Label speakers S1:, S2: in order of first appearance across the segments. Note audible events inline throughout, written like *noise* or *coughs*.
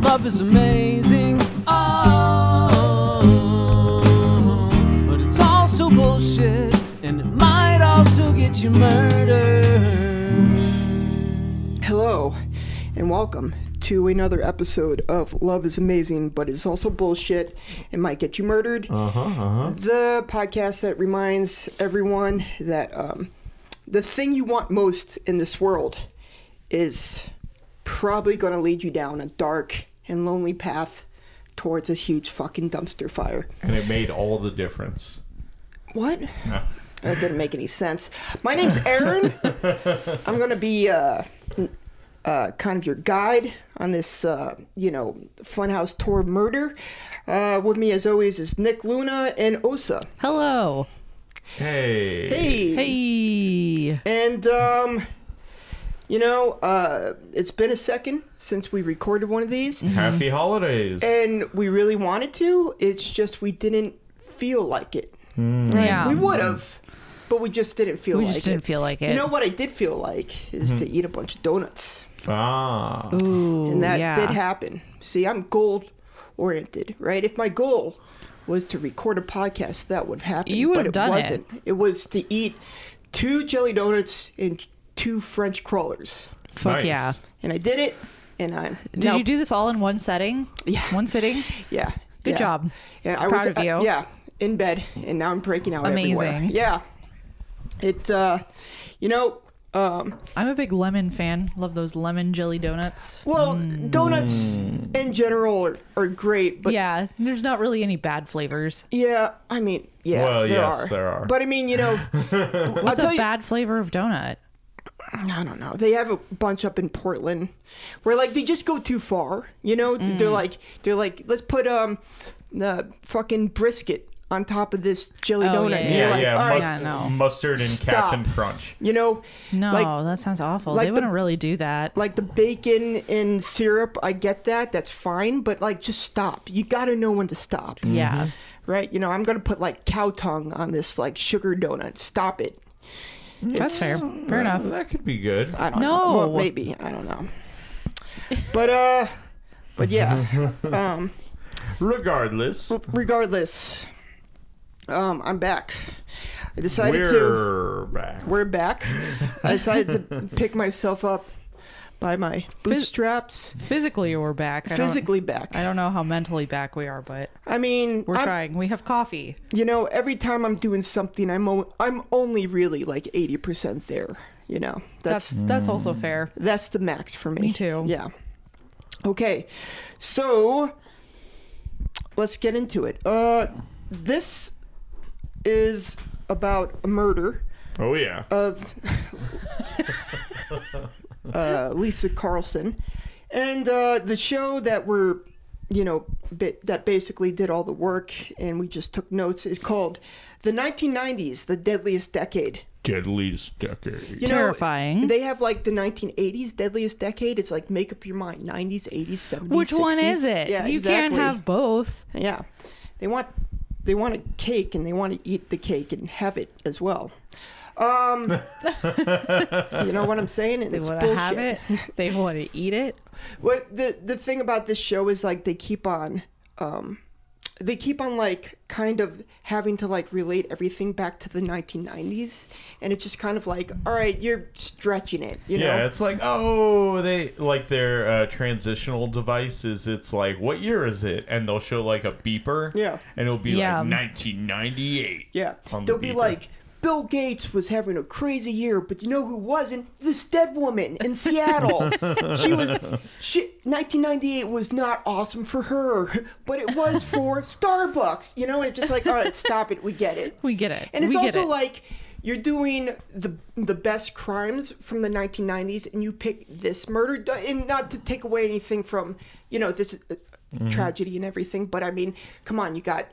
S1: love is amazing. Oh, but it's also bullshit, and it might also get you murdered.
S2: Hello, and welcome to another episode of Love is Amazing, but it's also bullshit. It might get you murdered.
S3: Uh-huh, uh-huh.
S2: The podcast that reminds everyone that um, the thing you want most in this world is probably going to lead you down a dark and lonely path towards a huge fucking dumpster fire.
S3: And it made all the difference.
S2: What? That didn't make any sense. My name's Aaron. I'm going to be uh, uh, kind of your guide on this, uh, you know, funhouse tour of murder. Uh, with me, as always, is Nick Luna and Osa.
S4: Hello.
S3: Hey.
S2: Hey.
S4: Hey.
S2: And, um, you know, uh, it's been a second since we recorded one of these,
S3: Happy holidays.
S2: and we really wanted to. It's just we didn't feel like it.
S4: Mm. Yeah.
S2: We would have, but we just didn't feel
S4: Um, We
S2: like
S4: just didn't
S2: it.
S4: feel like it. Mm-hmm.
S2: You know what I did feel like is to eat a bunch of donuts.
S3: Ah.
S4: Ooh,
S2: And that
S4: yeah.
S2: did happen. See, I'm goal oriented, right? If my goal was to record a podcast, that would have happened.
S4: You would
S2: but
S4: have
S2: it
S4: done it.
S2: wasn't. It. was to eat two jelly donuts and two French crawlers.
S4: Fuck
S3: Nice.
S4: yeah.
S2: And I did it, and I'm.
S4: Did you do this all in one setting?
S2: Yeah. *laughs*
S4: One sitting?
S2: Yeah.
S4: Good
S2: yeah.
S4: job.
S2: Yeah, I
S4: Proud
S2: was
S4: of
S2: uh,
S4: you.
S2: yeah, in bed, and now I'm breaking out everywhere.
S4: Amazing.
S2: Yeah. It, uh, you know, um,
S4: I'm a big lemon fan. Love those lemon jelly donuts.
S2: well, donuts
S3: Hmm.
S2: in general are, are great, but
S4: yeah, there's not really any bad flavors.
S2: Yeah, I mean, yeah,
S3: Well,
S2: there
S3: yes,
S2: are.
S3: there are.
S2: But I mean, you
S3: *laughs*
S2: know, I'll
S4: What's
S2: tell
S4: a
S2: you,
S4: bad flavor of donut?
S2: I don't know. They have a bunch up in Portland, where like they just go too far. You know, they're
S4: Mm.
S2: like they're like let's put um the fucking brisket on top of this jelly
S4: Oh,
S2: donut.
S4: yeah,
S2: And
S4: yeah,
S2: you're
S3: yeah,
S2: like,
S3: yeah,
S2: all right,
S4: Yeah, no.
S3: Mustard and
S2: Stop.
S3: Captain Crunch.
S2: you know,
S4: No,
S2: like
S4: that sounds awful.
S2: like
S4: they
S2: the-
S4: wouldn't really do that.
S2: like the bacon and syrup. I get that. That's fine. But like, just stop. You got to know when to stop.
S4: yeah.
S2: Right. You know, I'm gonna put like cow tongue on this like sugar donut. Stop it. Mm-hmm.
S4: That's fair. Fair enough.
S2: uh,
S3: That could be good.
S2: I don't know.
S4: No.
S2: Well, maybe I don't know. But uh, but yeah. Um,
S3: Regardless,
S2: regardless, um, I'm back. I decided to.
S3: we're back.
S2: We're back. I decided to pick myself up by my bootstraps.
S4: Physically, we're back. I don't-
S2: Physically back.
S4: I don't know how mentally back we are, but
S2: I mean,
S4: we're
S2: I'm-
S4: trying. We have coffee.
S2: you know, every time I'm doing something, I'm o- I'm only really like eighty percent there. You know,
S4: That's that's also fair.
S2: That's the max for me.
S4: Me too.
S2: Yeah. Okay. So let's get into it. Uh this is about a murder
S3: Oh yeah.
S2: of *laughs* uh, Lisa Carlson and uh, the show that we're you know ba- that basically did all the work and we just took notes is called the 1990s the deadliest decade
S3: Deadliest decade.
S2: you
S4: Terrifying.
S2: Know, they have like the 1980s deadliest decade. It's like make up your mind 90s, 80s, 70s.
S4: Which one
S2: 60s.
S4: is it?
S2: Yeah,
S4: you
S2: exactly.
S4: can't have both.
S2: Yeah, they want they want a cake and they want to eat the cake and have it as well. Um,
S3: *laughs*
S2: you know what I'm saying? And
S4: They
S2: it's
S4: want to
S2: bullshit.
S4: have it. *laughs* They want to eat it.
S2: What the the thing about this show is like they keep on. Um, they keep on like kind of having to like relate everything back to the 1990s and it's just kind of like all right you're stretching it you
S3: yeah,
S2: know
S3: it's like oh, they like their uh, transitional device is it's like what year is it? And they'll show like a beeper.
S2: Yeah.
S3: And it'll be
S4: Yeah.
S3: like 1998.
S2: Yeah.
S3: on the
S2: They'll be
S3: beaker.
S2: like, Bill Gates was having a crazy year, but you know who wasn't? This dead woman in
S3: *laughs*
S2: Seattle. she was, she, 1998 was not awesome for her, but it was for Starbucks, you know? And it's just like, all right, stop it. We get it.
S4: We get it.
S2: And it's
S4: We get
S2: also
S4: it.
S2: like, you're doing the the best crimes from the 1990s, and you pick this murder. And not to take away anything from you know this uh, tragedy and everything, but I mean, come on, you got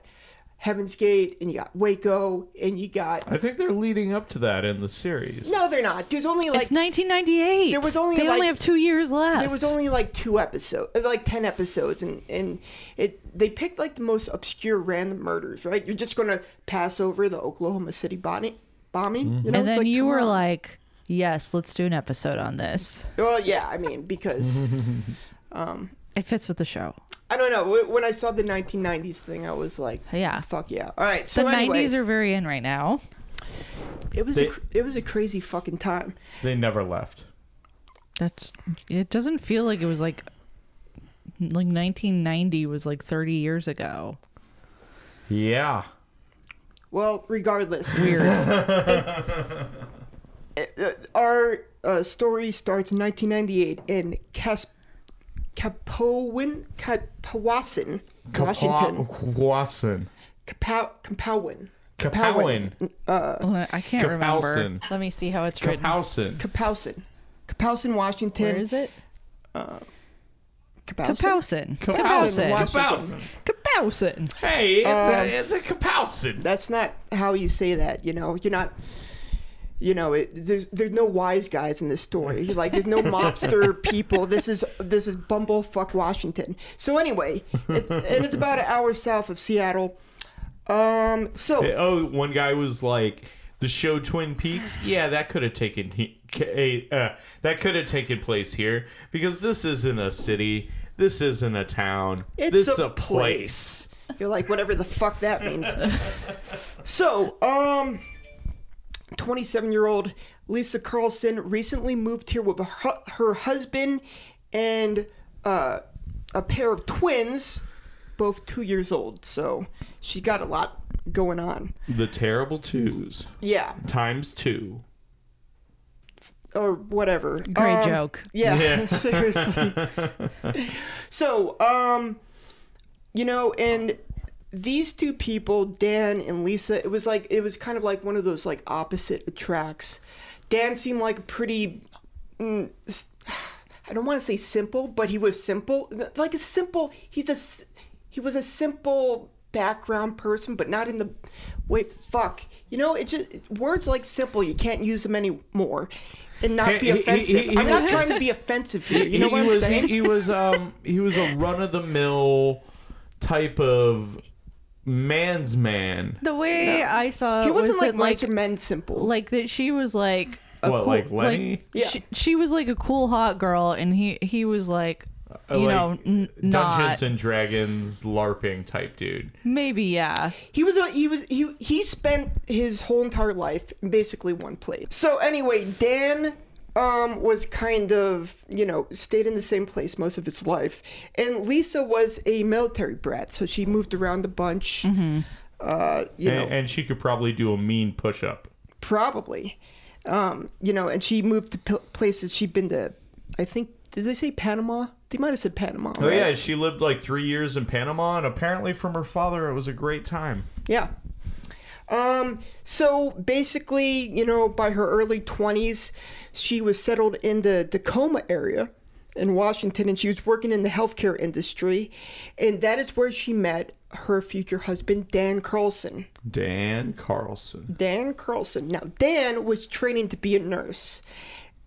S2: Heaven's Gate, and you got Waco, and you got
S3: I think they're leading up to that in the series.
S2: no, they're not. There's only like
S4: it's 1998.
S2: There was only,
S4: they
S2: like-
S4: only have two years left.
S2: there was only like two episodes, like ten episodes, and and it they picked like the most obscure random murders, right? You're just gonna pass over the Oklahoma City bombing. Bombing, you know,
S4: and
S2: it's
S4: then
S2: like,
S4: you
S2: come
S4: were
S2: on.
S4: like, "Yes, let's do an episode on this." *laughs*
S2: Well, yeah, I mean because um
S4: It fits with the show.
S2: I don't know. Wh- When I saw the 1990s thing, I was like,
S4: Yeah.
S2: fuck yeah. All right. So
S4: the
S2: anyway,
S4: 90s are very in right now.
S2: it was
S3: They-
S2: a, cr- it was a crazy fucking time.
S3: They never left.
S4: That's it doesn't feel like it was like like 1990 was like 30 years ago.
S3: Yeah.
S2: Well,
S4: *laughs*
S2: regardless, *laughs*
S4: Weird.
S2: uh, our uh, story starts in 1998 in Cas- Capowin, Capowassin, Washington.
S3: Wasson.
S2: Capow- Capowin.
S3: Capowin.
S4: Well, I can't remember.
S3: Kapowsin.
S4: Let me see how it's written.
S3: Capowson.
S2: Capowsin. Capowsin, Washington.
S4: Where is it?
S2: Capowsin. Kapowsin.
S4: Kapowsin. Kapowsin.
S3: Capowson.
S4: Kapowsin.
S3: Hey, it's
S2: Um,
S3: a it's a Capowson.
S2: That's not how you say that, you know. You're not you know, it, there's there's no wise guys in this story. Like there's no mobster people. This is this is bumblefuck Washington. So anyway, it, and it's about an hour south of Seattle. Um so
S3: Oh, one guy was like, "The show Twin Peaks. Yeah, that could have taken he- ca- uh, that could have taken place here because this isn't a city. This isn't a town.
S2: It's
S3: this
S2: a
S3: is a place."
S2: You're like, whatever the fuck that
S3: *laughs*
S2: means. so, um, 27 year old Lisa Carlson recently moved here with her, her husband and uh, a pair of twins, both two years old. So she got a lot going on.
S3: The terrible twos
S2: Yeah,
S3: times two.
S2: or whatever.
S4: Great
S2: Um,
S4: joke.
S2: Yeah, *laughs*
S3: Yeah. *laughs*
S2: seriously. so, um, you know, and these two people, Dan and Lisa, it was like it was kind of like one of those like opposite attracts. Dan seemed like a pretty. Mm, s- *sighs* I don't want to say simple, but he was simple. Like a simple, he's a s- he was a simple background person, but not in the wait fuck. You know, it just words like simple, you can't use them anymore, and
S3: He-
S2: not be
S3: he- he-
S2: offensive.
S3: he-
S2: I'm not
S3: he-
S2: trying to be offensive here. You know
S3: he,
S2: what
S3: he
S2: I'm
S3: was,
S2: saying?
S3: He, he was um he was a run of the mill type of man's man.
S4: The way I saw it
S2: He wasn't
S4: Uh, was
S2: like
S4: that, like
S2: nicer men simple.
S4: like that she was like a
S3: What,
S4: cool,
S3: like Lenny?
S2: Yeah.
S4: she, she was like a cool hot girl and he he was like you know
S3: Uh, like
S4: n-
S3: Dungeons
S4: not
S3: and Dragons LARPing type dude.
S4: maybe yeah
S2: He was a, he was he he spent his whole entire life in basically one place. So anyway, Dan um was kind of, you know, stayed in the same place most of his life. And Lisa was a military brat, so she moved around a bunch. Uh, you know,
S3: And, and she could probably do a mean push up.
S2: probably. Um, you know, and she moved to pl- places she'd been to I think did they say Panama? They might have said Panama.
S3: Oh yeah, she lived like three years in Panama, and apparently from her father, it was a great time.
S2: Yeah. Um, so basically, you know, by her early 20s, she was settled in the Tacoma area in Washington and she was working in the healthcare industry. And that is where she met her future husband, Dan Carlson.
S3: Dan Carlson.
S2: Dan Carlson. Now, Dan was training to be a nurse,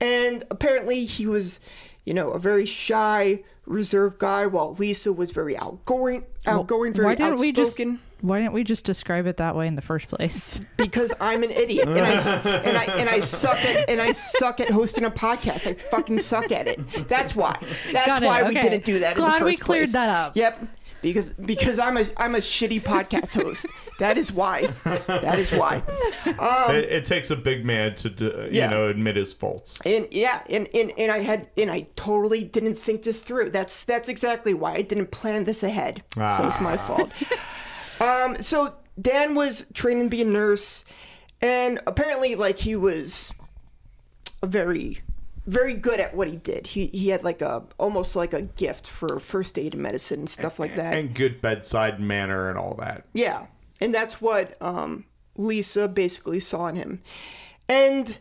S2: and apparently he was, you know, a very shy, reserved guy, while Lisa was very outgoing, outgoing, very
S4: why didn't
S2: outspoken.
S4: we just why didn't we just describe it that way in the first place *laughs*
S2: because I'm an idiot and I, and I and I suck at and I suck at hosting a podcast. I fucking suck at it. That's why. That's
S4: Got it.
S2: why we
S4: Okay.
S2: didn't do that. in
S4: Glad
S2: the
S4: we
S2: first
S4: cleared
S2: place.
S4: that up.
S2: Yep. Because because I'm a I'm a shitty podcast host. That is why. That is why.
S3: it, it takes a big man to, d- you
S2: Um, Yeah.
S3: know, admit his faults.
S2: And yeah, and, and and I had and I totally didn't think this through. That's that's exactly why I didn't plan this ahead. So it's my fault. um, so Dan was training to be a nurse, and apparently, like he was a very very good at what he did. He he had like a almost like a gift for first aid and medicine and stuff like that.
S3: And good bedside manner and all that.
S2: Yeah. And that's what um, Lisa basically saw in him. And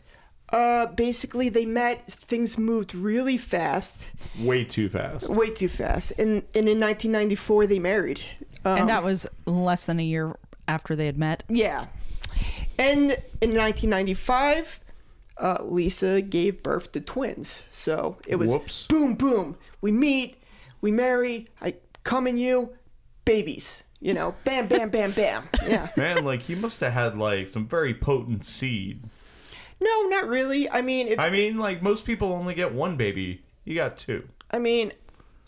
S2: uh, basically, they met, things moved really fast,
S3: Way too fast.
S2: way too fast. And, and in 1994, they married. Uh,
S4: and that was less than a year after they had met
S2: yeah. And in 1995, uh, Lisa gave birth to twins. So it was
S3: Whoops.
S2: boom, boom. We meet, we marry, I come in you, babies. You know, bam, bam, bam, bam. Yeah.
S3: Man, like he must have had like some very potent seed.
S2: No, not really. I mean, if
S3: I mean, like most people only get one baby. You got two.
S2: I mean,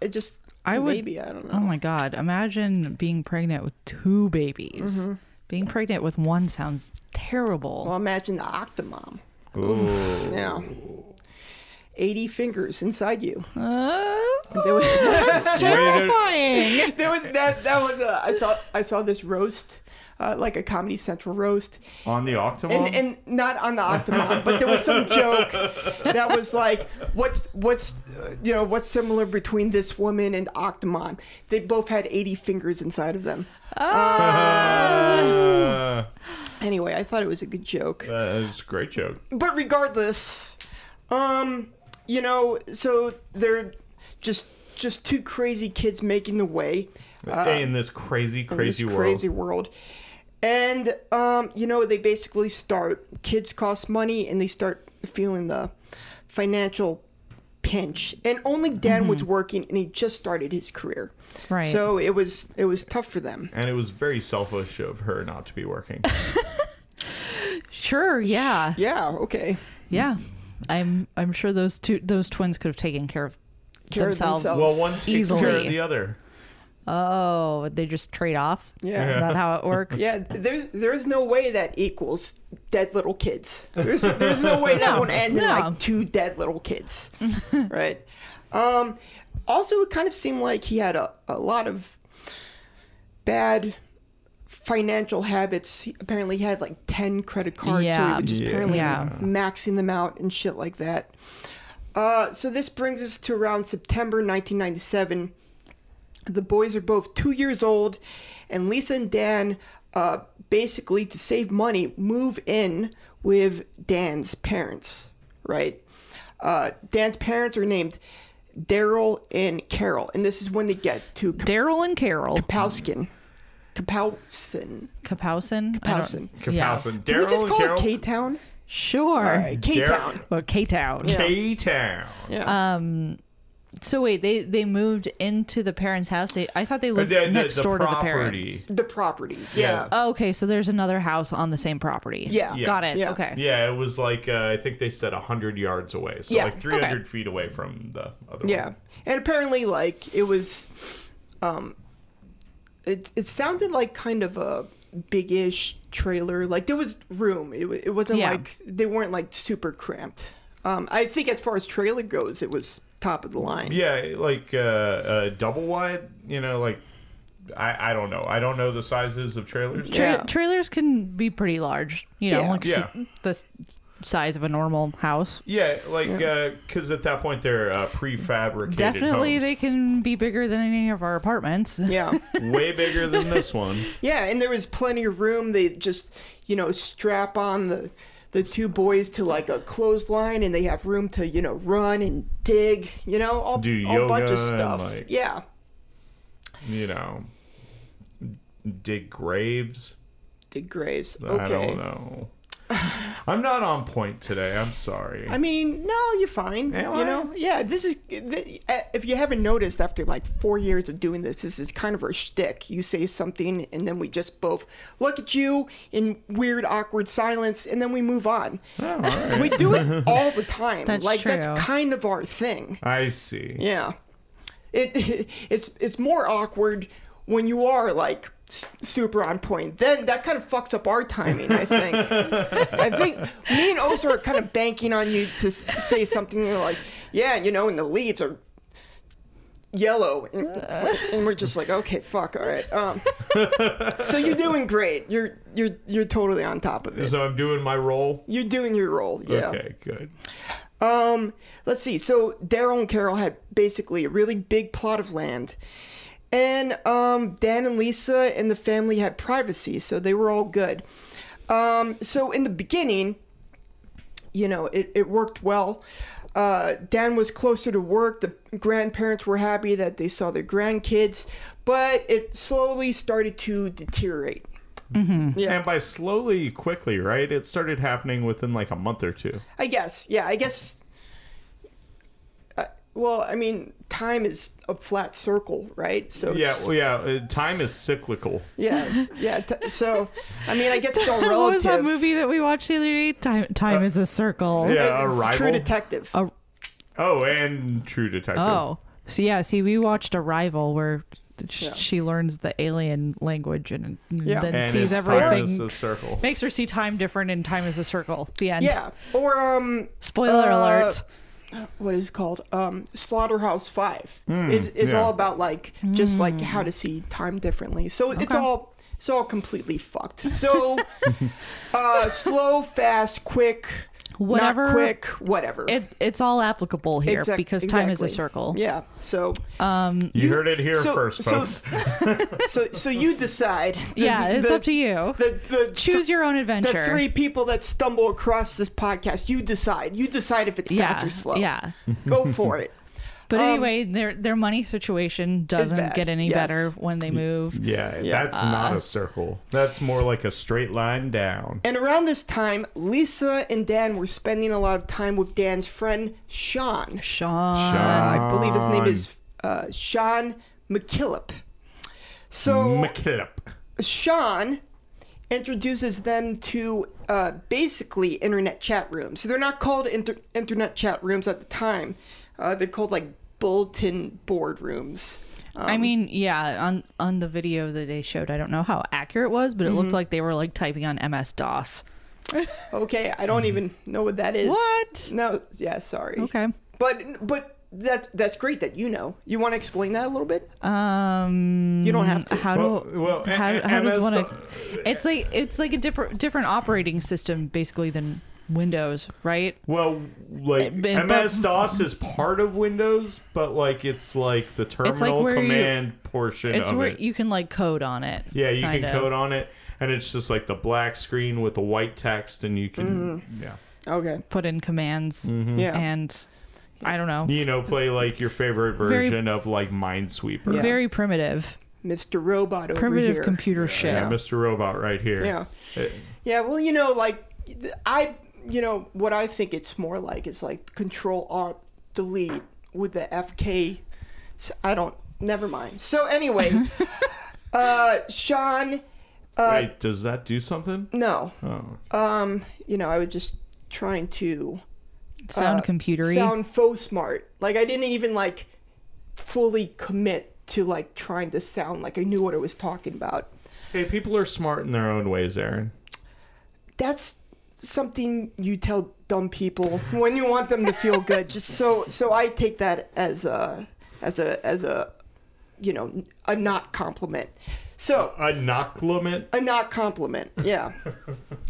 S2: it just
S4: I would.
S2: Maybe I don't know.
S4: Oh my god! Imagine being pregnant with two babies.
S2: Mm-hmm.
S4: Being pregnant with one sounds terrible.
S2: Well, imagine the octomom.
S3: Ooh.
S2: Now, 80 fingers inside
S4: *laughs*
S2: you. *laughs*
S4: Oh,
S2: There was,
S4: *laughs* that's
S3: Rated-
S4: terrifying.
S2: there was that. That was. Uh, I saw. I saw this roast, uh, like a Comedy Central roast,
S3: On the Octomom?
S4: Um,
S2: and
S3: *laughs*
S2: and not on the Octomom, but there was some joke that was like, what's what's uh, you know what's similar between this woman and Octomom? They both had 80 fingers inside of them.
S4: Uh,
S2: uh,
S3: Ah,
S2: Anyway, I thought it was a good joke.
S3: that is a great joke.
S2: but regardless, um, you know, so they're just just two crazy kids making the way
S3: in this crazy,
S2: Uh, in this
S3: crazy world.
S2: crazy world. And um, you know, they basically start kids cost money and they start feeling the financial pinch. And only Dan
S3: Mm-hmm.
S2: was working and he just started his career.
S4: Right.
S2: So it was it was tough for them.
S3: And it was very selfish of her not to
S2: *laughs*
S3: be working.
S4: Sure. Yeah.
S2: Yeah, okay.
S4: Yeah. I'm. I'm sure those two. Those twins could have taken care of
S2: Care of
S4: themselves.
S2: themselves.
S3: well, one takes care of
S4: Easily.
S3: the other.
S4: Oh, they just trade off.
S2: Yeah.
S4: Is that
S2: *laughs*
S4: how it works?
S2: Yeah, there's there's no way that equals dead little kids. There's there's no way that
S4: No,
S2: would end in
S4: no.
S2: like two dead little kids, right? Um, also, it kind of seemed like he had a, a lot of bad financial habits. He apparently he had like ten credit cards, so he
S4: Yeah.
S2: would just
S3: Yeah.
S2: apparently
S4: Yeah.
S2: maxing them out and shit like that. Uh, so this brings us to around September 1997. The boys are both two years old, and Lisa and Dan, uh, basically to save money, move in with Dan's parents, right? Uh, Dan's parents are named Daryl and Carol, and this is when they get to
S4: Daryl and Carol
S2: Kapowskin. Kapowskin.
S4: Kapowson. I
S2: Kapowson.
S4: don't- Yeah.
S3: Kapowson.
S2: Can we
S3: Daryl
S2: just
S3: and
S2: call
S3: Carol.
S2: it K Town?
S4: Sure.
S2: All right, K Town.
S4: Well, K Town.
S3: K Town.
S2: Yeah.
S4: Um. So wait, they they moved into the parents' house. They I thought they lived next door to the parents.
S2: the property.
S3: Yeah.
S2: Yeah.
S4: Oh, okay, so there's another house on the same property.
S2: Yeah. Yeah.
S4: got it.
S2: Yeah.
S4: Okay.
S3: Yeah, it was like uh, I think they said hundred yards away, so
S2: Yeah,
S3: like three hundred feet away from the other
S2: Yeah.
S3: one.
S2: And apparently like it was um it it sounded like kind of a big-ish trailer. Like there was room. It, wa- it wasn't
S4: Yeah.
S2: like they weren't like super cramped. Um I think as far as trailer goes, it was top of the line.
S3: Yeah, like uh, uh, double wide. You know, like I, I don't know. I don't know the sizes of trailers.
S4: Tra-
S2: Yeah.
S4: Trailers can be pretty large, you know,
S2: Yeah.
S4: like s-
S3: Yeah.
S4: the s- size of a normal house.
S3: Yeah, like because at that point they're uh, prefabricated.
S4: Definitely,
S3: homes.
S4: they can be bigger than any of our
S2: *laughs*
S4: apartments.
S2: Yeah.
S3: *laughs* way bigger than this one.
S2: Yeah, and there was plenty of room. They just, you know, strap on the the two boys to like a clothesline, and they have room to, you know, run and dig, you know, all
S3: Do
S2: all bunch
S3: yoga
S2: of
S3: and,
S2: stuff.
S3: like-
S2: Yeah,
S3: You know, dig graves.
S2: dig graves.
S3: I don't
S2: Okay. I,
S3: know. I'm not on point today. I'm sorry.
S2: mean, no, you're fine.
S3: Am I?
S2: you know, yeah. This is th- uh, if you haven't noticed, after like four years of doing this, this is kind of our shtick. You say something, and then we just both look at you in weird, awkward silence, and then we move on.
S3: Oh, all
S2: *laughs*
S3: right.
S2: We do
S3: *laughs*
S2: it all the time.
S4: That's
S2: like
S4: true.
S2: that's kind of our thing.
S3: I see.
S2: Yeah. It *laughs* it's it's more awkward when you are like s- super on point. Then that kind of fucks up our timing, I think. I think me and Osa are kind of banking on you to s- say something like, "Yeah, you know, and the leaves are yellow." And, and we're just like, "Okay, fuck, all right." Um, so you're doing great. You're you're you're totally on top of it.
S3: So I'm doing my role.
S2: You're doing your role. Yeah.
S3: Okay, good.
S2: Um, let's see. So Daryl and Carol had basically a really big plot of land, and um, Dan and Lisa and the family had privacy, so they were all good. Um, so in the beginning, you know, it, it worked well. Uh, Dan was closer to work. The grandparents were happy that they saw their grandkids, but it slowly started to deteriorate. Yeah.
S3: And by slowly, quickly, right? It started happening within like a month or two.
S2: I guess. Yeah, I guess. Uh, well, I mean, time is a flat circle, right? So
S3: Yeah,
S2: it's-
S3: well, yeah. uh, Time is cyclical. *laughs*
S2: yeah, yeah. T- so, I mean, I guess it's all relative.
S4: *laughs* *laughs* what was that movie that we watched the other day? Time, time is a circle.
S3: Uh, Yeah,
S2: True
S3: Uh, arrival.
S2: Detective.
S4: A-
S3: oh, and True Detective.
S4: oh, So yeah, see, we watched Arrival where sh-
S2: Yeah.
S4: she learns the alien language and, and
S2: Yeah.
S4: then
S3: and
S4: sees
S3: it's time
S4: everything.
S3: is a circle.
S4: Makes her see time different and time is a circle. The end.
S2: Yeah, or um,
S4: Spoiler
S2: Uh,
S4: alert.
S2: what is it called um, Slaughterhouse Five is is
S3: Hmm, yeah.
S2: all about like just like how to see time differently. So it's
S4: Hmm. Okay.
S2: all it's all completely fucked.
S4: *laughs*
S2: So uh, slow, fast, quick,
S4: Whatever-
S2: not quick, whatever.
S4: It, it's all applicable here
S2: Exact-
S4: because time is a
S2: exactly.
S4: circle.
S2: Yeah. So
S4: Um,
S3: You,
S2: You-
S3: heard it here
S2: so-
S3: first,
S2: so-
S3: folks.
S2: *laughs* so so you decide. The-
S4: *laughs* yeah, it's
S2: the-
S4: up to you.
S2: The, the
S4: Choose your own
S2: the
S4: adventure.
S2: three people that stumble across this podcast. You decide. You decide if it's
S4: yeah,
S2: fast or slow.
S4: yeah. *laughs*
S2: Go for it.
S4: But
S2: Um,
S4: anyway, their their money situation doesn't
S2: bad,
S4: get any
S2: yes.
S4: better when
S3: Mm.
S4: they move.
S3: Yeah,
S2: Yeah.
S3: that's not a circle. That's more like a straight line down.
S2: And around this time, Lisa and Dan were spending a lot of time with Dan's friend Sean.
S4: Sean.
S2: Uh, I believe his name
S3: Sean.
S2: is uh, Sean McKillop. So
S3: McKillop.
S2: Sean introduces them to uh, basically internet chat rooms. So they're not called inter- internet chat rooms at the time. Uh, they're called like bulletin board rooms.
S4: I mean, yeah, on on the video that they showed, I don't know how accurate it was, but it
S2: Mm-hmm.
S4: looked like they were like typing on MS DOS.
S2: Okay, I don't even know what that is.
S4: What?
S2: No, yeah, sorry.
S4: Okay.
S2: But but that's that's great that you know. You want to explain that a little bit?
S4: Um
S2: You don't have to.
S4: How do
S3: Well- well,
S4: how,
S3: a- a-
S4: how does
S3: MS
S4: one
S3: DOS-
S4: It's like it's like a different different operating system basically than Windows, right?
S3: Well, like
S4: Uh, but-
S3: MS DOS is part of Windows, but like it's like the terminal
S4: where you-
S3: command portion
S4: It's
S3: of
S4: where
S3: it.
S4: you can like code on it.
S3: yeah, you can
S4: kind of.
S3: code on it, and it's just like the black screen with the white text, and you can yeah,
S2: Okay.
S4: put in commands
S3: Mm-hmm.
S2: Yeah.
S4: and I don't know.
S3: you know, play like your favorite
S4: Very-
S3: version of like Minesweeper.
S2: Yeah.
S4: Very primitive.
S2: Mr. Robot over
S4: Primitive
S2: here.
S4: computer shit.
S3: Yeah, Mr. Robot right here. Uh,
S2: Yeah.
S3: It-
S2: Yeah, well, you know, like I, you know, what I think it's more like is like Control Alt Delete with the FK. So I don't. Never mind. So anyway, uh, Sean. Uh,
S3: wait, does that do something?
S2: No.
S3: Oh,
S2: Um, you know, I was just trying to
S4: Sound
S2: uh,
S4: computery.
S2: sound faux smart. Like I didn't even like fully commit to like trying to sound like I knew what I was talking about.
S3: hey, people are smart in their own ways, Aaron.
S2: that's something you tell dumb people when you want them to feel good just so so i take that as a as a as a you know a not compliment so
S3: A knocklement.
S2: a not compliment yeah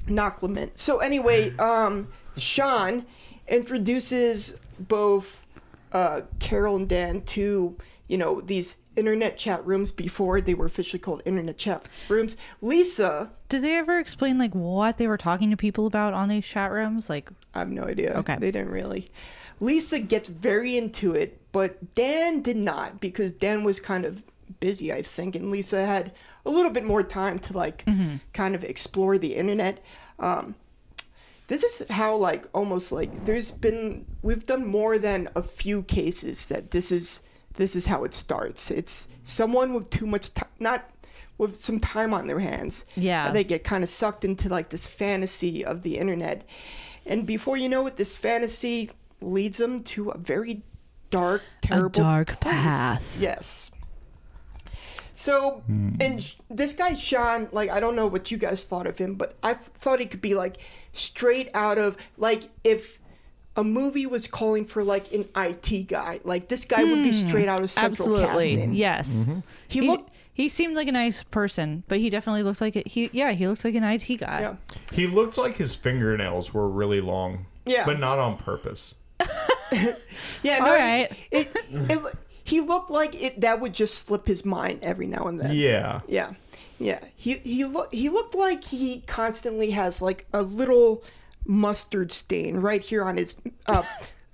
S2: not compliment so anyway um sean introduces both uh carol and dan to you know these internet chat rooms before they were officially called internet chat rooms lisa
S4: Did they ever explain like what they were talking to people about on these chat rooms? Like,
S2: I have no idea.
S4: Okay.
S2: They didn't really. Lisa gets very into it, but Dan did not because Dan was kind of busy, I think, and Lisa had a little bit more time to like kind of explore the internet. Um, this is how like almost like there's been we've done more than a few cases that this is this is how it starts. It's someone with too much time, not with some time on their hands.
S4: Yeah.
S2: they get kind of sucked into like this fantasy of the internet, and before you know it, this fantasy leads them to a very dark, terrible,
S4: dark
S2: place.
S4: path.
S2: Yes. So, and sh- this guy Sean, like I don't know what you guys thought of him, but I f- thought he could be like straight out of like if a movie was calling for like an IT guy, like this guy would be straight out of central
S4: Hmm. absolutely,
S2: casting.
S4: yes.
S3: Mm-hmm.
S2: He looked-
S4: He seemed like a nice person, but he definitely looked like it. He yeah, he looked like an IT guy.
S2: Yeah.
S3: He looked like his fingernails were really long.
S2: Yeah.
S3: But not on purpose.
S2: Yeah.
S4: All
S2: No,
S4: right.
S2: It, it, it, he looked like it that would just slip his mind every now and then.
S3: Yeah.
S2: Yeah, yeah. He he looked he looked like he constantly has like a little mustard stain right here on his, uh,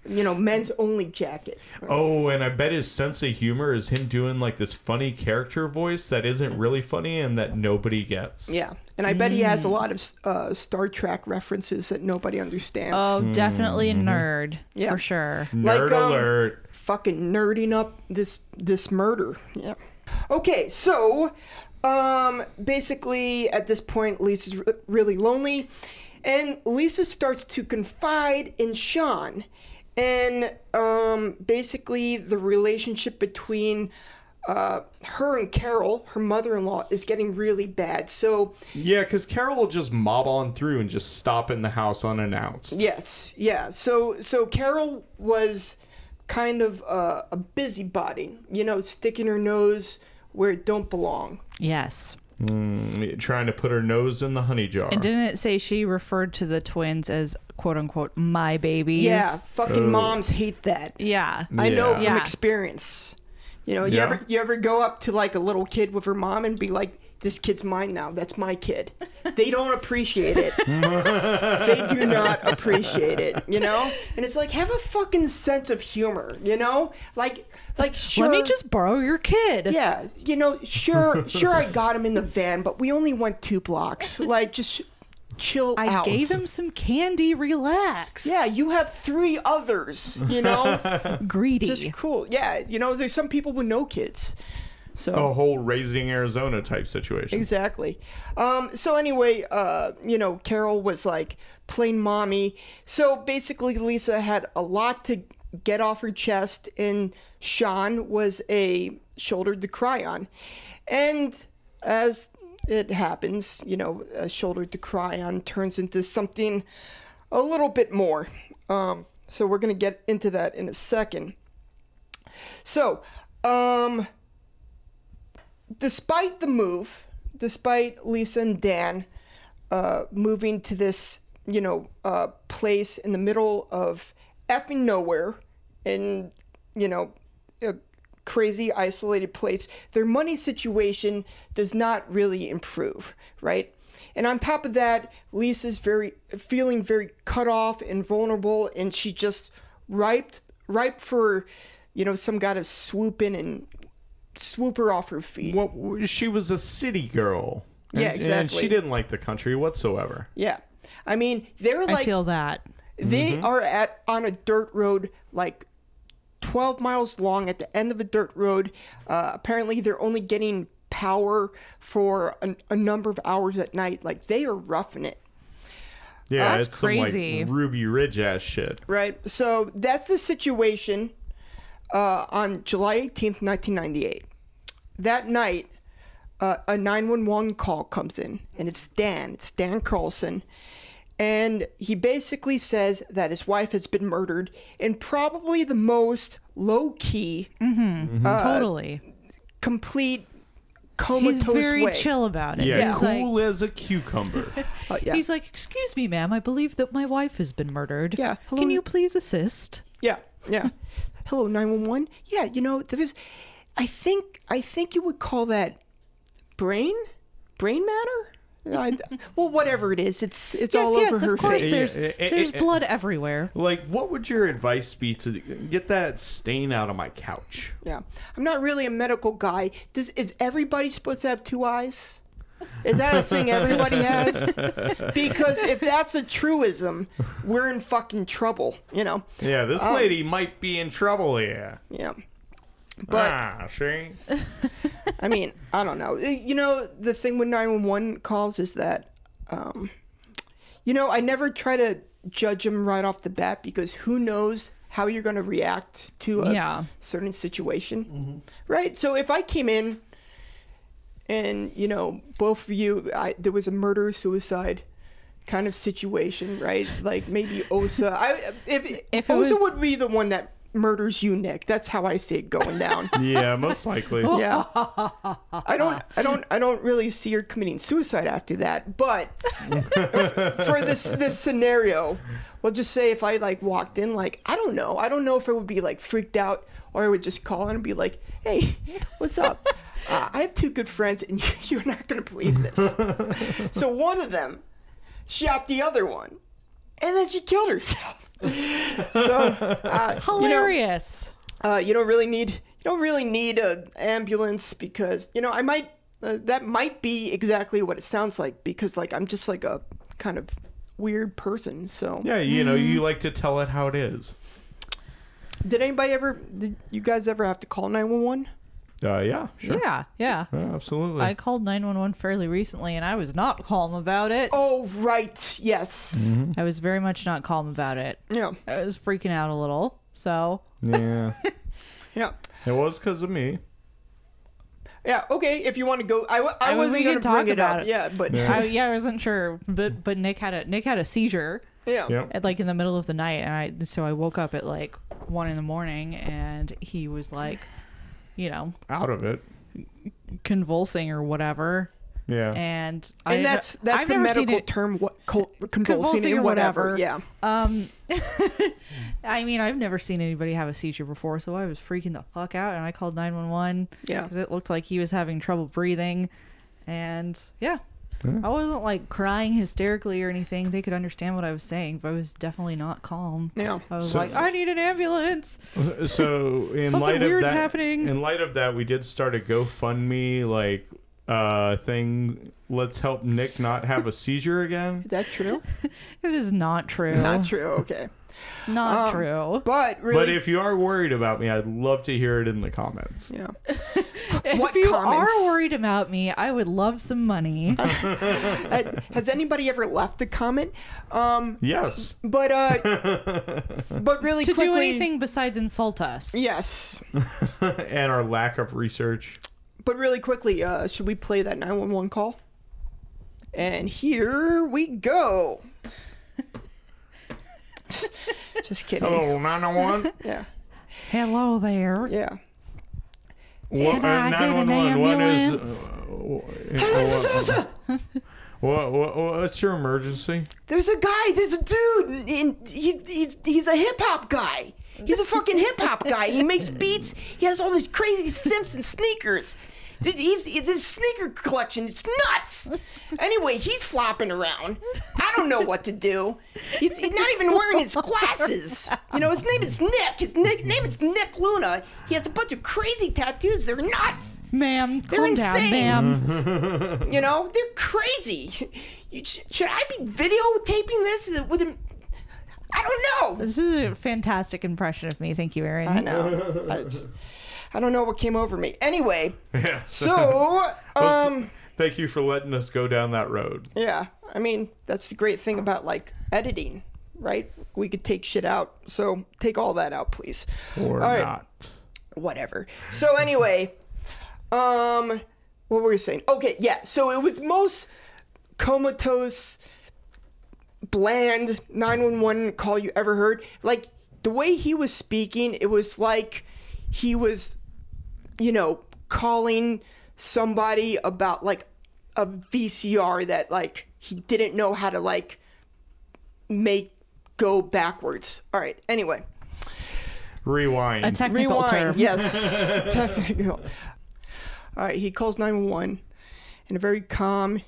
S2: you know, men's only jacket.
S3: Oh, and I bet his sense of humor is him doing like this funny character voice that isn't really funny and that nobody gets.
S2: Yeah, and I bet he has a lot of uh, Star Trek references that nobody understands.
S4: Oh,
S3: Hmm.
S4: definitely a
S3: Mm-hmm.
S4: nerd
S2: Yeah.
S4: for sure.
S3: Um,
S2: Like,
S3: Nerd
S2: um,
S3: alert.
S2: Fucking nerding up this this murder. Yeah. Okay, so um, basically at this point, Lisa's r- really lonely, and Lisa starts to confide in Sean. and um, basically the relationship between uh, her and Carol, her mother-in-law, is getting really bad. So
S3: Yeah, because Carol will just mob on through and just stop in the house unannounced.
S2: Yes, yeah. So so Carol was kind of a, a busybody, you know, sticking her nose where it don't belong.
S4: Yes.
S3: Mm, Trying to put her nose in the honey jar.
S4: And didn't it say she referred to the twins as quote unquote my babies?
S2: Yeah, fucking moms hate that.
S4: Yeah.
S2: I know
S3: Oh. Yeah.
S2: from
S4: Yeah.
S2: experience. You know, you
S3: Yeah.
S2: ever you ever go up to like a little kid with her mom and be like, "This kid's mine now. That's my kid." They don't appreciate
S3: *laughs*
S2: it. they do not appreciate it. You know, and it's like have a fucking sense of humor. You know, like like sure.
S4: Let me just borrow your kid.
S2: Yeah, you know, sure, sure, I got him in the van, but we only went two blocks. Like, just chill
S4: I
S2: out.
S4: gave him some candy. Relax.
S2: Yeah, you have three others. You know,
S4: *laughs* Greedy.
S2: just cool. Yeah, you know, there's some people with no kids, so
S3: a whole raising Arizona type situation.
S2: Exactly. Um, so anyway, uh, you know, Carol was like plain mommy. So basically, Lisa had a lot to get off her chest, and Sean was a shoulder to cry on. And as it happens, you know, a shoulder to cry on turns into something a little bit more. Um, so we're gonna get into that in a second. So, um, despite the move, despite Lisa and Dan uh, moving to this, you know, uh, place in the middle of effing nowhere and, you know, a crazy isolated place, their money situation does not really improve, right? And on top of that, Lisa's very feeling very cut off and vulnerable, and she just ripe ripe for, you know, some guy to swoop in and swoop her off her feet.
S3: Well, she was a city girl. And-
S2: Yeah,
S3: And
S2: exactly.
S3: she didn't like the country whatsoever.
S2: Yeah. I mean, they're
S4: I
S2: like
S4: feel that.
S2: they are at on a dirt road like 12 miles long at the end of a dirt road. Uh, apparently they're only getting power for a, a number of hours at night. Like they are roughing it.
S3: Yeah,
S4: That's
S3: it's
S4: crazy.
S3: some like Ruby Ridge ass shit.
S2: right? So that's the situation uh, on July 18th, 1998. That night, uh, a 911 call comes in, and it's Dan. It's Dan Carlson. And he basically says that his wife has been murdered in probably the most low key, uh,
S4: totally.
S2: complete
S4: Mm. He's
S2: comatose
S4: very
S2: way.
S4: chill about it.
S3: Yeah,
S4: He's
S3: cool
S4: like,
S3: as a
S4: *laughs*
S3: cucumber.
S2: Uh, yeah.
S4: He's like, excuse me, ma'am. I believe that my wife has been murdered.
S2: Yeah, hello.
S4: Can you please assist?
S2: Yeah, yeah. *laughs* Hello, nine one one. Yeah, you know there is. I think I think you would call that brain, brain matter. I, *laughs* well, whatever it is, it's it's
S4: yes,
S2: all
S4: yes,
S2: over
S4: of
S2: her
S4: course.
S2: face.
S4: There's
S3: Yeah, yeah,
S4: there's
S3: yeah, yeah.
S4: blood everywhere.
S3: like, what would your advice be to get that stain out of my couch?
S2: Yeah, I'm not really a medical guy. Does is everybody supposed to have two eyes? Is that a thing everybody has? because if that's a truism, we're in fucking trouble. You know.
S3: Yeah, this lady might be in trouble here.
S2: Yeah. But
S3: ah, she.
S2: I mean, I don't know. Eh, You know, the thing with 911 calls is that, um, you know, I never try to judge them right off the bat because who knows how you're going to react to a
S4: Yeah.
S2: certain situation. Right? So if I came in and, you know, both of you, I, there was a murder suicide kind of situation, right? Like maybe Osa. I, if,
S4: If it
S2: Osa
S4: was-
S2: would be the one that murders you, Nick. That's how I see it going down.
S3: Yeah, most
S4: *laughs*
S3: likely.
S2: Yeah. *laughs* I don't I don't I don't really see her committing suicide after that, but for this this scenario, we'll just say if I like walked in like I don't know. I don't know if I would be like freaked out or I would just call in and be like, "Hey, what's up?" Uh, I have two good friends and *laughs* you're not going to believe this. so one of them shot the other one and then she killed herself. *laughs* so uh, you know,
S4: Hilarious.
S2: uh, you don't really need you don't really need an ambulance because you know I might uh, that might be exactly what it sounds like because like I'm just like a kind of weird person. So
S3: Yeah, you know,
S4: mm.
S3: you like to tell it how it is.
S2: did anybody ever did you guys ever have to call 911?
S3: Uh, yeah, sure.
S4: Yeah, yeah.
S3: Yeah, absolutely.
S4: I called 911 fairly recently and I was not calm about it.
S2: Oh, right. Yes.
S3: Mm-hmm.
S4: I was very much not calm about it.
S2: Yeah.
S4: I was freaking out a little. So,
S3: yeah.
S2: Yeah.
S3: It was because of me.
S2: Yeah. Okay. If you want to go, I, wa- I
S4: I mean, we
S2: wasn't
S4: can
S2: going to
S4: talk
S2: bring it
S4: about
S2: up.
S4: it.
S2: Yeah, but
S3: Yeah.
S2: yeah.
S4: I, yeah, I wasn't sure, but but Nick had a Nick had a seizure
S3: Yep.
S4: at like in the middle of the night, and I so I woke up at like one in the morning, and he was like, you know,
S3: Out of it.
S4: convulsing or whatever,
S3: Yeah.
S4: and I,
S2: And that's that's
S4: I've
S2: the
S4: never seen
S2: medical
S4: it-
S2: term, what col- convulsing,
S4: Convulsing
S2: and
S4: or
S2: whatever.
S4: whatever.
S2: Yeah.
S4: Um, *laughs* I mean, I've never seen anybody have a seizure before, so I was freaking the fuck out, and I called nine one one.
S2: Yeah.
S4: because it looked like he was having trouble breathing, and yeah,
S3: Yeah.
S4: I wasn't like crying hysterically or anything. They could understand what I was saying, but I was definitely not calm.
S2: Yeah.
S4: I was
S3: So-
S4: like, I need an ambulance.
S3: *laughs* So in
S4: Something
S3: light of
S4: weird's
S3: that,
S4: happening.
S3: in light of that, we did start a GoFundMe like uh thing. Let's help Nick not have a seizure again.
S2: Is that true?
S4: It is not true.
S2: Not true. Okay.
S4: Not
S2: Um,
S4: true.
S2: But really.
S3: But if you are worried about me, I'd love to hear it in the comments.
S2: yeah.
S4: If
S2: what
S4: you
S2: comments?
S4: are worried about me, I would love some money.
S2: Uh, Has anybody ever left a comment? Um,
S3: Yes. *laughs*
S2: but uh, but really
S4: to
S2: quickly,
S4: do anything besides insult us.
S2: Yes.
S3: and our lack of research.
S2: But really quickly, uh, should we play that 911 call? And here we
S4: *laughs*
S2: go. Just
S4: Oh,
S2: kidding.
S3: Hello,
S4: *laughs*
S3: 901.
S2: Yeah.
S4: Hello there.
S2: Yeah.
S3: What, uh,
S4: I get an
S3: 911, what is,
S4: ambulance?
S3: uh, what, what, what, what's your emergency? *laughs*
S2: There's a guy, there's a dude, and- and he, he's, he's a hip hop guy. He's a fucking hip hop guy. He makes beats. He has all these crazy simps and sneakers. Th- He's, it's his sneaker collection. It's nuts. Anyway, he's flopping around. I don't know what to do. He's, he's not even wearing his glasses. You know, his name is Nick. His nick, name is Nick Luna. He has a bunch of crazy tattoos. They're nuts.
S4: Ma'am, calm down,
S2: insane. Mm-hmm.
S4: ma'am.
S2: You know, they're crazy. *laughs* You, sh- should I be videotaping this with him? I don't know.
S4: This is a fantastic impression of me. Thank you, Erin.
S2: I know. *laughs* I, just- I don't know what came over me.
S3: *laughs*
S2: Anyway,
S3: Yeah.
S2: so um,
S3: thank you for letting us go down that road.
S2: yeah. I mean, that's the great thing about like editing, right? We could take shit out. So take all that out, please.
S3: Or
S2: All right.
S3: not.
S2: whatever. So anyway, um, what were we saying? Okay, yeah. So it was most comatose, bland nine one one call you ever heard. Like the way he was speaking, it was like he was, you know, calling somebody about like a VCR that like he didn't know how to like make go backwards. All right. Anyway
S3: Rewind.
S4: A technical
S2: rewind.
S4: term. *laughs*
S2: Yes, technical. All right, he calls 911 in a very calm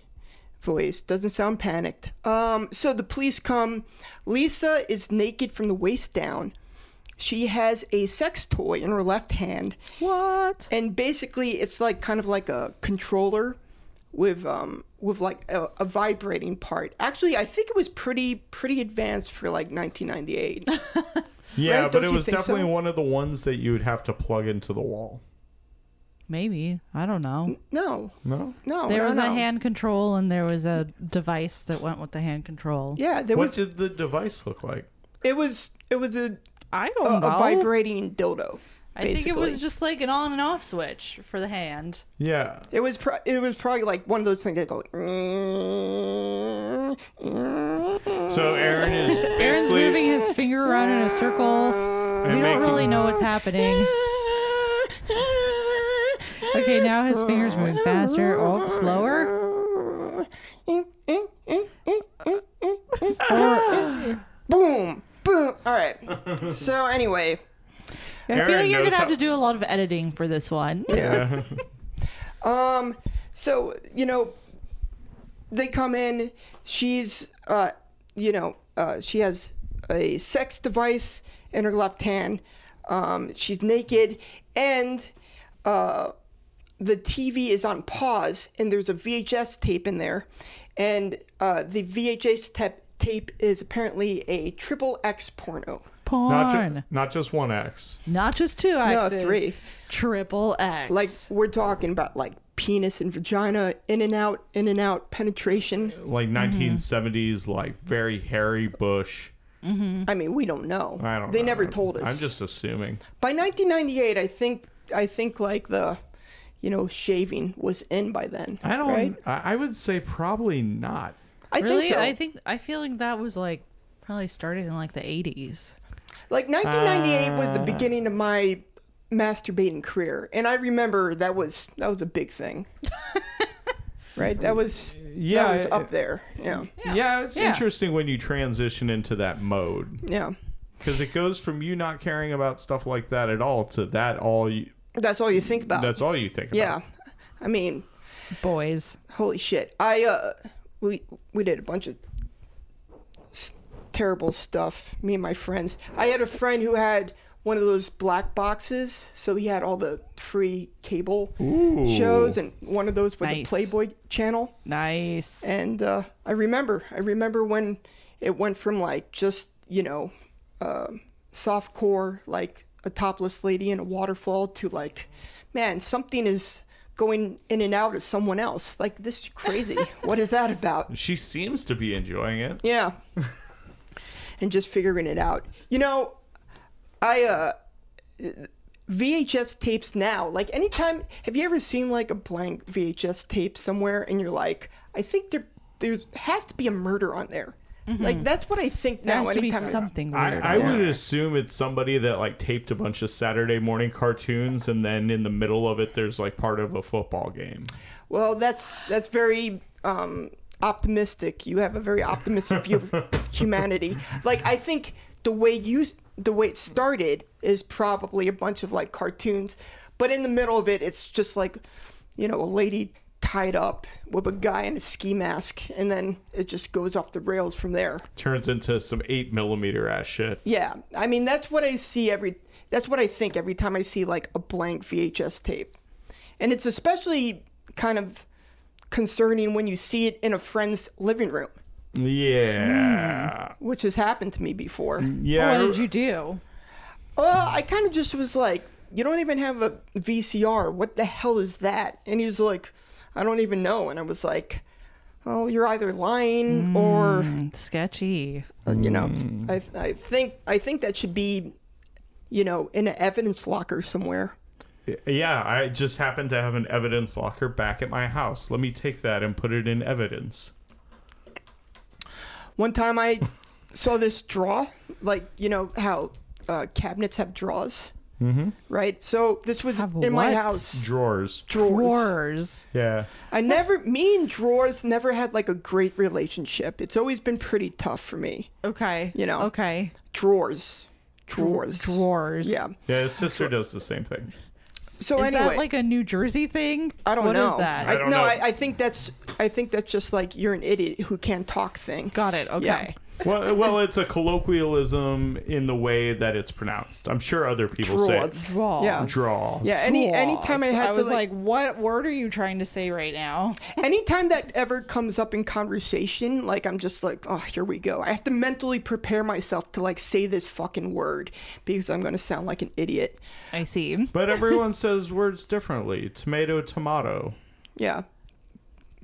S2: voice. Doesn't sound panicked. Um, so the police come. Lisa is naked from the waist down. She has a sex toy in her left hand,
S4: What?
S2: and basically it's like kind of like a controller with um with like a, a vibrating part. Actually, I think it was pretty pretty advanced for like
S4: *laughs*
S2: 1998.
S3: yeah,
S2: right?
S3: but
S2: Don't
S3: it
S2: you
S3: was
S2: think
S3: definitely
S2: so?
S3: one of the ones that you would have to plug into the wall.
S4: Maybe. I don't know.
S2: Mm, no,
S3: No?
S2: no,
S4: There
S2: no,
S4: was a
S2: no.
S4: hand control and there was a device that went with the hand control.
S2: Yeah, there
S3: What
S2: was.
S3: did the device look like?
S2: It was it was a,
S4: I
S2: a,
S4: don't know.
S2: a vibrating dildo.
S4: I think it
S2: basically.
S4: was just like an on and off switch for the hand.
S3: Yeah.
S2: It was pro- it was probably like one of those things that go. *laughs* So
S3: So Aaron is
S4: Aaron's
S3: basically-
S4: moving his finger around in a circle. We
S3: And
S4: don't
S3: making-
S4: really know what's happening. Okay, now his fingers moving faster. Oh, slower.
S2: boom boom. All right. So anyway,
S4: I feel
S3: Aaron
S4: like you're
S3: knows
S4: gonna have
S3: how-
S4: to do a lot of editing for this one.
S3: Yeah.
S2: Um, so you know, they come in. She's, uh, you know, uh, she has a sex device in her left hand. Um, she's naked, and uh, the TV is on pause, and there's a VHS tape in there, and uh, the VHS tap tape is apparently a triple X porno.
S4: porn.
S3: Not, ju- not just one X.
S4: Not just two
S2: No,
S4: X's.
S2: three.
S4: Triple X.
S2: Like we're talking about like penis and vagina, in and out, in and out, penetration.
S3: Like 1970s, like very hairy bush.
S2: I mean, we don't know.
S3: I don't
S2: They
S3: know.
S2: never
S3: I'm-
S2: told us.
S3: I'm just assuming.
S2: by 1998, I think I think like the, you know, shaving was in by then.
S3: I don't.
S2: Right?
S3: I, I would say probably not.
S2: I
S4: really?
S2: think so.
S4: I think I feel like that was like probably started in like the 80s.
S2: Like 1998 was
S3: Uh.
S2: the beginning of my masturbating career, and I remember that was that was a big
S4: *laughs*
S2: thing. right? That was yeah,
S3: Yeah,
S2: that was
S3: it-
S2: up there. Yeah,
S3: Yeah, it's
S4: Yeah.
S3: interesting when you transition into that mode
S2: yeah.
S3: because it goes from you not caring about stuff like that at all to that all. You,
S2: That's all you think about.
S3: that's all you think
S2: yeah,
S3: about.
S2: I mean,
S4: Boys.
S2: holy shit! I uh, we we did a bunch of s- terrible stuff. Me and my friends. I had a friend who had one of those black boxes, so he had all the free cable
S3: Ooh.
S2: shows, and one of those with the
S4: Nice.
S2: Playboy channel.
S4: Nice.
S2: And uh, I remember, I remember when it went from like just you know, um soft core, like a topless lady in a waterfall, to like, man, something is going in and out of someone else. Like this is crazy. what is that about?
S3: She seems to be enjoying it.
S2: Yeah. *laughs* and just figuring it out. You know, I uh VHS tapes now, like anytime have you ever seen like a blank VHS tape somewhere and you're like, I think there there's has to be a murder on there. Like that's what I think
S4: Mm-hmm. there
S2: now
S4: has to be
S2: anytime I-
S4: something
S3: I,
S4: weird.
S3: I
S4: on
S3: would
S4: there.
S3: assume it's somebody that like taped a bunch of Saturday morning cartoons, and then in the middle of it, there's like part of a football game.
S2: Well, that's that's very um, optimistic. You have a very optimistic view of humanity. Like I think the way you s- the way it started is probably a bunch of like cartoons, but in the middle of it, it's just like you know a lady tied up with a guy in a ski mask, and then it just goes off the rails from there.
S3: Turns into some eight millimeter ass shit.
S2: Yeah, I mean that's what I see every. That's what I think every time I see like a blank VHS tape, and it's especially kind of concerning when you see it in a friend's living room, Mm.
S3: Yeah,
S2: which has happened to me before.
S3: yeah.
S2: Oh,
S4: what did you do?
S2: Well, I kind of just was like, "You don't even have a VCR. What the hell is that?" And he was like, "I don't even know." And I was like, "Oh, you're either lying or."
S4: Mm, Sketchy.
S2: Uh, you know I, I think i think that should be you know in an evidence locker somewhere
S3: Yeah, I just happen to have an evidence locker back at my house. Let me take that and put it in evidence.
S2: one time i saw this draw like you know how uh, cabinets have draws mm-hmm. right so this was
S4: Have
S2: in my
S4: what?
S2: house
S3: Drawers.
S2: drawers
S4: Drawers.
S3: Yeah.
S2: i never me and drawers never had like a great relationship it's always been pretty tough for me
S4: Okay.
S2: You know.
S4: Okay.
S2: drawers drawers
S4: Drawers.
S2: yeah
S3: Yeah, his sister does the same thing.
S2: so
S4: Is
S2: anyway
S4: that like a New Jersey thing?
S2: I don't
S4: What
S2: know.
S4: is that?
S2: I,
S3: don't
S2: no,
S3: know.
S2: I, I think that's I think that's just like you're an idiot who can't talk thing.
S4: Got it. Okay.
S2: Yeah.
S3: Well, well, it's a colloquialism in the way that it's pronounced. I'm sure other people say
S2: Draws.
S3: it.
S4: Draws.
S2: Yeah.
S3: Draws.
S2: Yeah, any anytime I
S4: Draws.
S2: had
S4: I
S2: to
S4: was
S2: like,
S4: like, what word are you trying to say right now?
S2: anytime that ever comes up in conversation, like I'm just like, oh, here we go. I have to mentally prepare myself to like say this fucking word because I'm gonna sound like an idiot.
S4: I see.
S3: But everyone says words differently. Tomato, tomato.
S2: Yeah.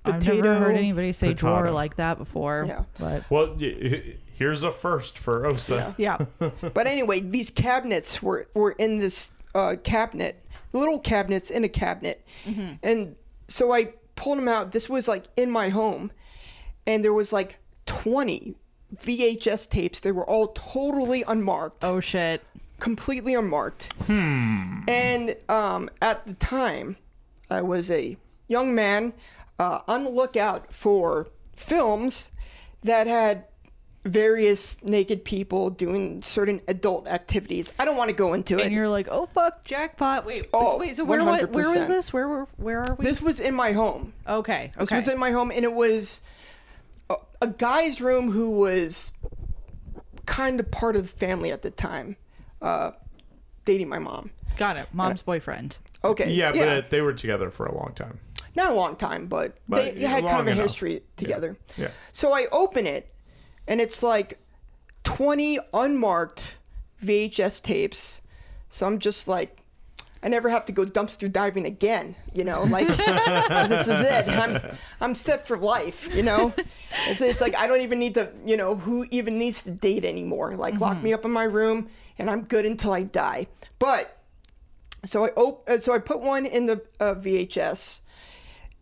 S4: I've never heard
S2: Potato,
S4: anybody say drawer
S3: frittata.
S4: like that before.
S2: Yeah.
S4: But
S3: Well, y- here's a first for Osa.
S4: yeah.
S2: But anyway, these cabinets were were in this uh, cabinet, little cabinets in a cabinet,
S4: Mm-hmm.
S2: and so I pulled them out. This was like in my home, and there was like twenty VHS tapes. They were all totally unmarked,
S4: *laughs* oh shit.
S2: completely unmarked.
S4: Hmm.
S2: And um, at the time, I was a young man uh, on the lookout for films that had various naked people doing certain adult activities. I don't want to go into it.
S4: And you're like, oh fuck, jackpot. Wait,
S2: Oh,
S4: wait. So where what, where was
S2: 100%.
S4: this? Where were where are we?
S2: This was in my home.
S4: okay.
S2: This
S4: Okay.
S2: was in my home, and it was a, a guy's room who was kind of part of the family at the time, uh, dating my mom.
S4: Got it. Mom's boyfriend.
S2: Okay.
S3: Yeah, but they were together for a long time.
S2: not a long time, but,
S3: But
S2: they had kind
S3: long
S2: of a
S3: enough.
S2: history together.
S3: Yeah.
S2: So I open it, and it's like 20 unmarked VHS tapes. So I'm just like, I never have to go dumpster diving again. You know,
S3: *laughs*
S2: like this is it. I'm I'm set for life. You know, it's, it's like I don't even need to. You know, who even needs to date anymore? Like
S3: Mm-hmm.
S2: lock me up in my room and I'm good until I die. But so I op- uh, so I put one in the uh, VHS,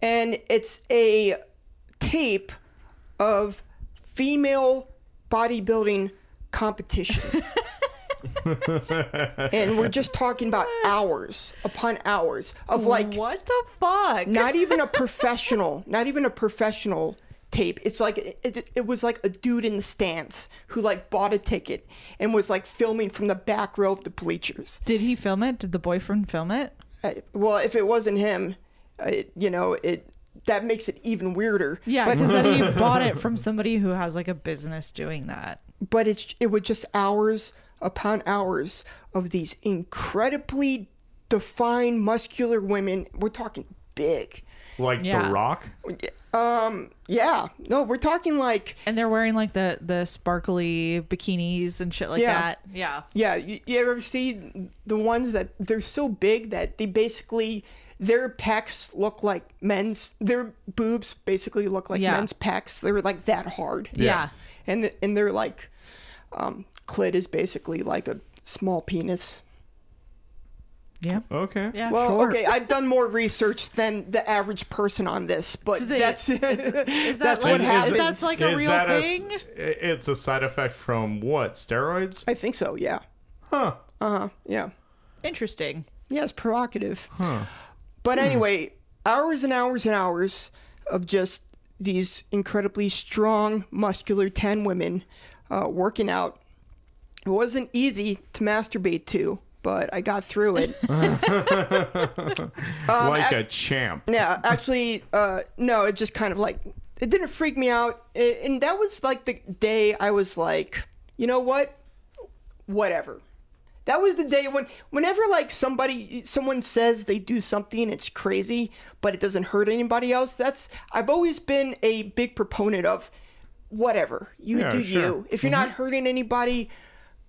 S2: and it's a tape of female bodybuilding competition. and we're just talking about hours upon hours of like
S5: what the fuck?
S2: not even a professional, not even a professional tape. It's like it, it was like a dude in the stands who like bought a ticket and was like filming from the back row of the bleachers.
S4: Did he film it? Did the boyfriend film it?
S2: I, Uh, well, if it wasn't him, I, you know, it that makes it even weirder.
S4: Yeah, Mm-hmm.
S2: but
S4: because then he bought it from somebody who has like a business doing that.
S2: *laughs* but it's it was just hours upon hours of these incredibly defined muscular women. We're talking big.
S3: Like
S4: Yeah.
S3: The Rock.
S2: Um, yeah, no, we're talking like
S4: And they're wearing like the the sparkly bikinis and shit like
S2: Yeah.
S4: that. Yeah.
S2: Yeah, you, you ever see the ones that they're so big that they basically their pecs look like men's their boobs basically look like
S4: Yeah.
S2: men's pecs. They were like that hard.
S4: Yeah.
S2: And th- and they're like um clit is basically like a small penis.
S4: Yeah.
S3: Okay.
S4: Yeah.
S2: Well,
S4: sure.
S2: okay, I've done more research than the average person on this, but
S4: they-
S2: that's that's
S5: like-
S2: what
S5: is
S2: happens.
S4: that like a real
S3: that s-
S4: thing?
S3: it's a side effect from what? Steroids?
S2: *laughs* I think so, yeah.
S3: Huh.
S2: Uh-huh. Yeah.
S4: Interesting.
S2: Yeah, it's provocative. But anyway, hours and hours and hours of just these incredibly strong, muscular 10 women uh, working out. It wasn't easy to masturbate to, but I got through *laughs* it.
S3: like a champ.
S2: Um, yeah, actually, uh, no, it just kind of like, it didn't freak me out. A- and that was like the day I was like, you know what? Whatever. That was the day when, whenever like somebody, someone says they do something, it's crazy, but it doesn't hurt anybody else. That's I've always been a big proponent of whatever you
S3: Yeah,
S2: do.
S3: sure. Mm-hmm.
S2: You if you're not hurting anybody,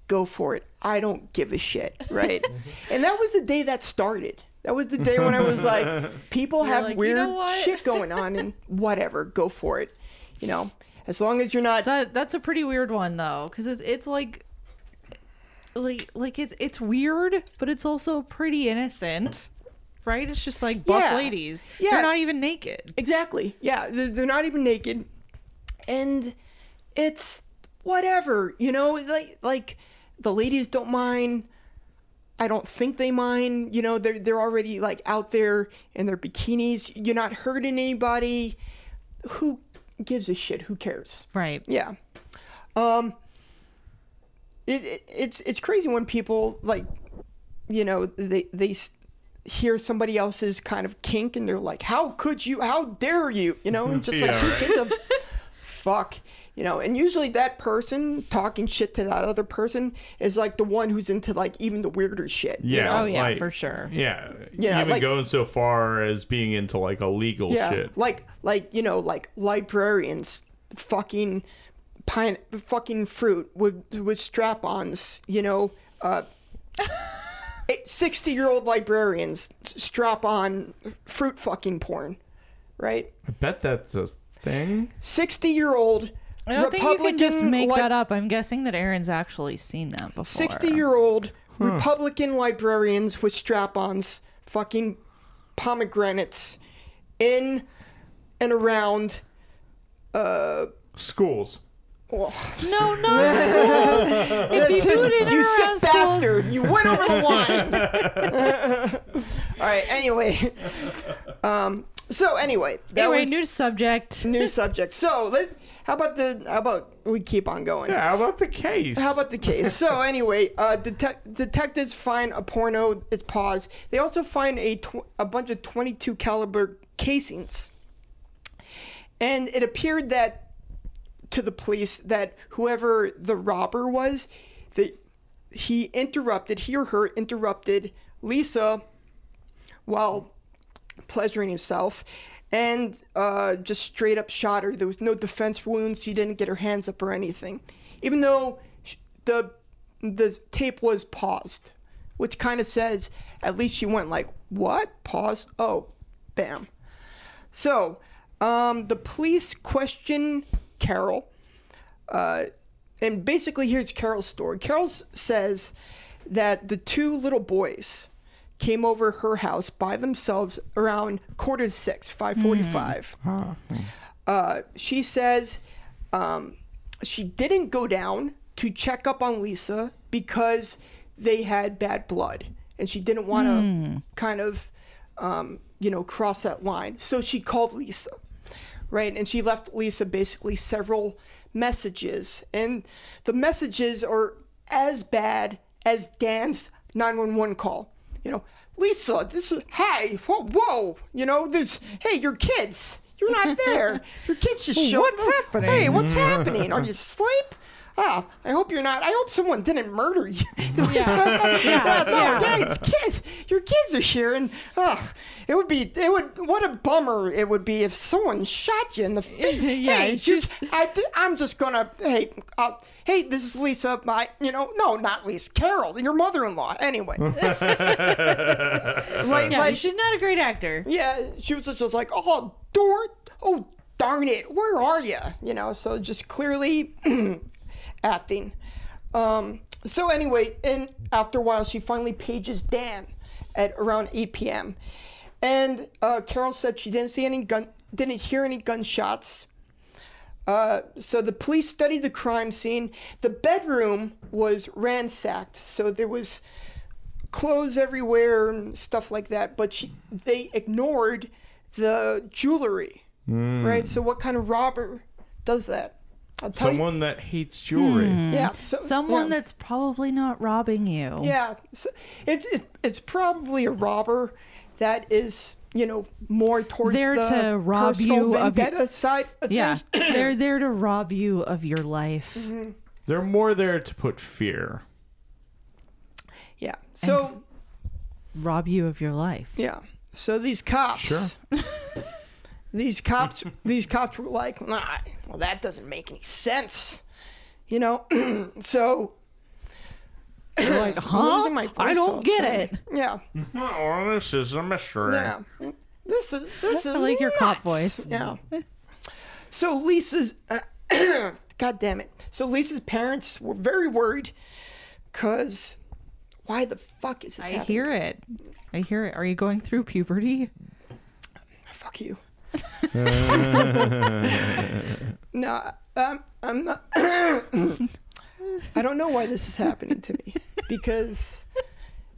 S2: go for it. I don't give a shit, right? and that was the day that started. That was the day when I was like, people have
S4: like, "You
S2: weird
S4: know what?"
S2: shit going on, and whatever, go for it. You know, as long as you're not
S4: That that's a pretty weird one though, because it's it's like, like like it's it's weird, but it's also pretty innocent, right? It's just like buff
S2: Yeah.
S4: ladies.
S2: Yeah.
S4: They're not even naked.
S2: Exactly. Yeah, th- they're not even naked, and it's whatever. You know, like like the ladies don't mind. I don't think they mind. You know, they're they're already like out there in their bikinis. You're not hurting anybody. Who gives a shit? Who cares?
S4: Right.
S2: Yeah. Um. It, it it's it's crazy when people like, you know, they they s- hear somebody else's kind of kink and they're like, "How could you? How dare you?" You know, and just like
S3: Yeah,
S2: who
S3: right.
S2: gives
S3: *laughs*
S2: a fuck. You know, and usually that person talking shit to that other person is like the one who's into like even the weirder shit. you
S3: Yeah.
S2: know?
S4: Oh yeah,
S3: like-
S4: for sure.
S3: Yeah.
S2: Yeah,
S3: Even
S2: like-
S3: going so far as being into like illegal
S2: Yeah,
S3: shit.
S2: like like you know like librarians fucking pine fucking fruit with with strap-ons. You know, uh, *laughs* eh, sixty-year-old librarians strap-on fruit fucking porn, right?
S3: I bet that's a thing.
S2: Sixty-year-old
S4: I don't think you
S2: Republican
S4: can just make
S2: li-
S4: that up. I'm guessing that Aaron's actually seen that before.
S2: 60 year old Republican librarians with strap ons, fucking pomegranates in and around. Uh,
S3: Schools.
S2: well, *laughs*
S4: No, no. if you do it in
S2: you
S4: and
S2: sick
S4: around schools,
S2: bastard! You went over the line!
S4: *laughs*
S2: *laughs* All right, anyway. Um, so, anyway. That
S4: Anyway,
S2: was
S4: new subject.
S2: new subject. So, let, how about the. How about we keep on going?
S3: Yeah, how about the case?
S2: How about the case? So anyway, uh, detec- detectives find a porno. It's paused. They also find a tw- a bunch of 22 caliber casings, and it appeared that to the police that whoever the robber was, that he interrupted, he or her interrupted Lisa while pleasuring himself and uh, just straight up shot her. There was no defense wounds. She didn't get her hands up or anything. Even though sh- the the tape was paused, which kind of says at least she went like, "What? Pause? Oh, bam." So, um, the police question Carol, uh, and basically here's Carol's story. Carol s- says that the two little boys came over her house by themselves around quarter to six, five forty-five uh, she says um, she didn't go down to check up on Lisa because they had bad blood, and she didn't want to kind of, um, you know, cross that line. So she called Lisa, right? And she left Lisa basically several messages, and the messages are as bad as Dan's 911 call. You know, Lisa, this is hi, whoa, whoa. You know, there's hey, your kids. You're not
S4: *laughs*
S2: there. Your kids just showed
S4: what's
S2: up.
S4: happening?
S2: Hey, what's happening? Are you asleep? Ah, I hope you're not. I hope someone didn't murder you. *laughs*
S4: *laughs*
S2: Yeah. no, yeah, kids, your kids are here, and ugh, it would be, it would, what a bummer it would be if someone shot
S4: *laughs*
S2: you in the face.
S4: Yeah,
S2: hey,
S4: it's
S2: you-
S4: just-
S2: I, am just gonna. Hey, uh, hey, this is Lisa. My, you know, no, not Lisa. Carol, your mother-in-law. Anyway, like,
S4: Yeah,
S2: like,
S4: she's not a great actor.
S2: yeah, she was just, just like, oh, door, oh, darn it, where are you? You know, so just clearly *clears throat* acting. Um, so anyway, and after a while, she finally pages Dan at around 8 p.m. And uh, Carol said she didn't see any gun, didn't hear any gunshots. Uh, so the police studied the crime scene. The bedroom was ransacked, so there was clothes everywhere and stuff like that. But she, they ignored the jewelry, right? So what kind of robber does that? I'll tell you-
S3: Someone that hates jewelry.
S2: yeah, so,
S4: Someone
S2: yeah.
S4: that's probably not robbing you.
S2: Yeah, so it's it, it's probably a robber that is you know more towards
S4: There
S2: the
S4: to rob
S2: personal
S4: you of your-
S2: vendetta side. Of
S4: Yeah.
S2: things. *coughs*
S4: They're there to rob you of your life.
S2: Mm-hmm.
S3: They're more there to put fear.
S2: yeah. So
S4: Rob you of your life.
S2: yeah, so these cops.
S3: Sure.
S2: *laughs* These cops, these cops were like, nah, well, that doesn't make any sense, you know. *clears throat* so
S4: They're like,
S2: I'm
S4: huh?
S2: losing my
S4: I
S2: voice
S4: don't
S2: all of a
S4: get
S2: sudden.
S4: it.
S2: Yeah,
S3: Oh, this is a mystery.
S2: yeah. This is this is
S4: like your cop
S2: nuts.
S4: voice.
S2: Yeah. So Lisa's, *coughs* God damn it. So Lisa's parents were very worried, cause why the fuck is this
S4: I
S2: happening?
S4: hear it. I hear it. Are you going through puberty?
S2: Fuck
S3: *laughs*
S2: you. no, I'm, I'm not. *coughs* I don't know why this is happening to me because,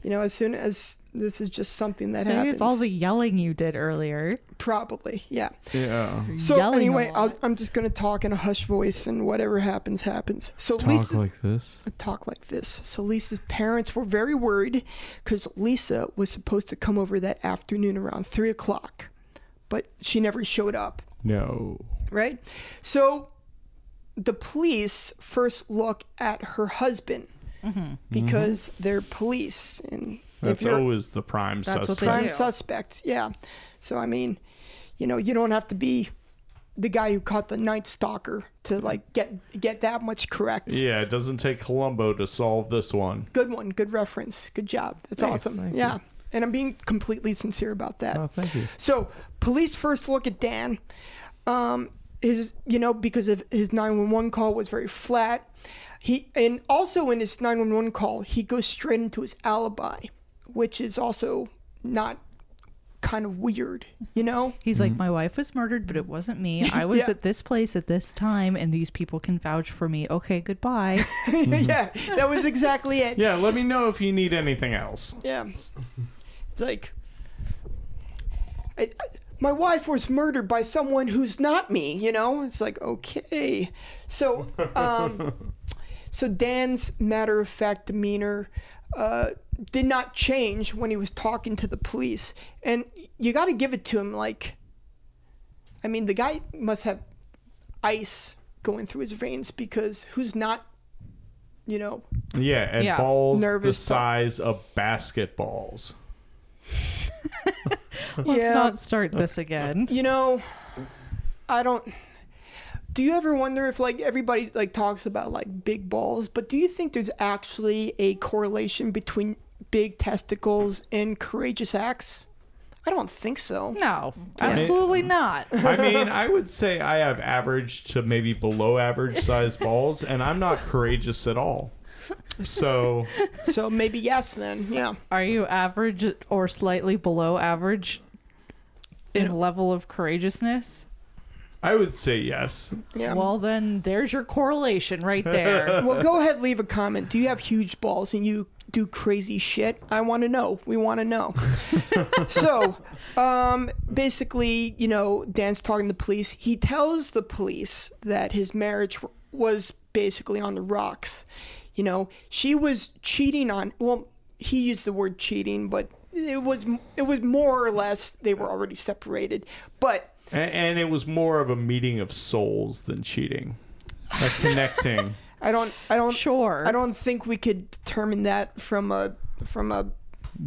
S2: you know, as soon as this is just something that
S4: Maybe
S2: happens,
S4: it's all the yelling you did earlier.
S2: probably, yeah.
S3: Yeah.
S2: So
S4: Yelling a
S2: anyway, I'll,
S4: lot.
S2: I'm just gonna talk in a hush voice, and whatever happens, happens. So
S3: Talk
S2: Lisa,
S3: like this.
S2: talk like this. So Lisa's parents were very worried because Lisa was supposed to come over that afternoon around three o'clock, but she never showed up.
S3: No.
S2: Right, so the police first look at her husband because they're police, and
S3: That's
S2: if you're
S3: always the prime
S4: That's what they
S3: suspect.
S2: prime
S4: do.
S2: suspect. Yeah. So I mean, you know, you don't have to be the guy who caught the night stalker to like get get that much correct.
S3: Yeah, it doesn't take Columbo to solve this one.
S2: Good one. Good reference. Good job. That's
S3: Thanks,
S2: awesome.
S3: thank
S2: Yeah. And I'm being completely sincere about that.
S3: Oh, thank you.
S2: So police first look at Dan. Um, his, you know, because of his 911 call was very flat. He and also in his 911 call, he goes straight into his alibi, which is also not kind of weird, you know. *laughs*
S4: He's like, my wife was murdered, but it wasn't me. I was
S2: Yeah.
S4: at this place at this time, and these people can vouch for me.
S2: *laughs*
S4: Okay, goodbye.
S2: yeah, that was exactly it.
S3: Yeah, let me know if you need anything else.
S2: Yeah. It's like, I, I- my wife was murdered by someone who's not me, you know? It's like, okay. So, um, so Dan's matter of fact demeanor uh, did not change when he was talking to the police. And you got to give it to him. Like, I mean, the guy must have ice going through his veins because who's not, you know,
S3: Yeah, and
S4: Yeah.
S3: balls
S2: Nervous
S3: the
S2: ball.
S3: size of basketballs.
S4: Let's not start this again.
S2: you know, I don't. do you ever wonder if like everybody like talks about like big balls, but do you think there's actually a correlation between big testicles and courageous acts? I don't think so.
S4: No, absolutely not.
S3: I mean, I would say I have average to maybe below average size balls, and I'm not courageous at all. So
S2: So maybe yes then. Yeah.
S4: Are you average or slightly below average in level of courageousness?
S3: I would say yes.
S2: Yeah.
S4: Well, then there's your correlation
S3: *laughs*
S4: right there.
S2: Well, go ahead, leave a comment. Do you have huge balls and you do crazy shit? I want to know. We want to know. so, um, basically, you know, Dan's talking to the police. He tells the police that his marriage w- was basically on the rocks. You know, she was cheating on. Well, he used the word cheating, but it was it was more or less they were already separated. But
S3: A- And it was more of a meeting of souls than cheating,
S4: *laughs*
S3: a connecting.
S2: I don't I don't
S4: Sure.
S2: I don't think we could determine that from a from a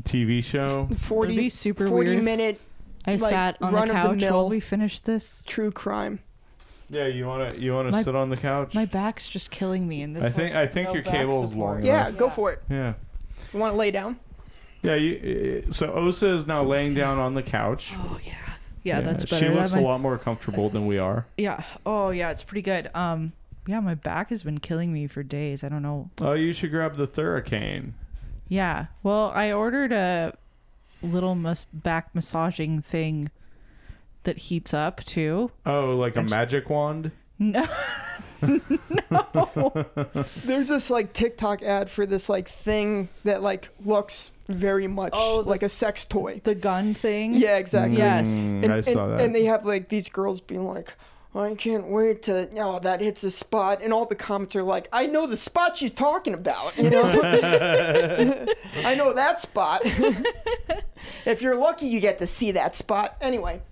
S3: TV show.
S2: 40,
S4: That'd be super
S2: 40
S4: weird.
S2: minute
S4: I
S2: like,
S4: sat on the
S2: run-of-the-mill-
S4: couch while we finished this.
S2: true crime.
S3: Yeah, you wanna you wanna
S4: My-
S3: sit on the couch?
S4: My back's just killing me in this.
S3: I think-
S4: has
S3: I think
S4: no
S3: your
S4: back
S3: cable's
S4: support.
S3: long
S2: Yeah,
S3: Yeah.
S2: go for it.
S3: yeah.
S2: You want to lay down?
S3: Yeah, you, uh, so Osa is now laying down on the couch.
S4: Oh yeah. Yeah, that's better.
S3: She
S4: That
S3: looks a
S4: might-
S3: lot more comfortable than we are.
S4: Yeah. Oh yeah, it's pretty good. Um yeah, my back has been killing me for days. I don't know.
S3: Oh, you should grab the Thurricane.
S4: Yeah. Well, I ordered a little mas- back massaging thing that heats up too. *laughs*
S3: Oh, like a magic wand?
S4: No.
S2: There's this like TikTok ad for this like thing that like looks very much
S4: Oh, the-
S2: like a sex toy.
S4: the gun thing.
S2: Yeah, exactly.
S4: Yes.
S3: Mm,
S2: And,
S3: I saw
S2: and-
S3: that.
S2: and they have like these girls being like, I can't wait to oh that hits the spot and all the comments are like, I know the spot she's talking about, you know. *laughs* I know that spot. *laughs* if you're lucky you get to see that spot. Anyway.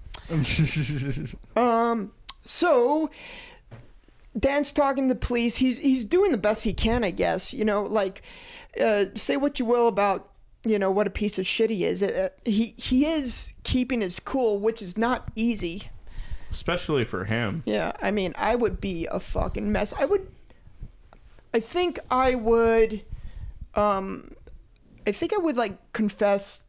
S2: Um, so Dan's talking to the police. He's he's doing the best he can, I guess. You know, like uh, say what you will about you know what a piece of shit he is. Uh, he he is keeping his cool, which is not easy.
S3: *laughs* Especially for him.
S2: Yeah, I mean, I would be a fucking mess. I would. I think I would. Um, I think I would like confess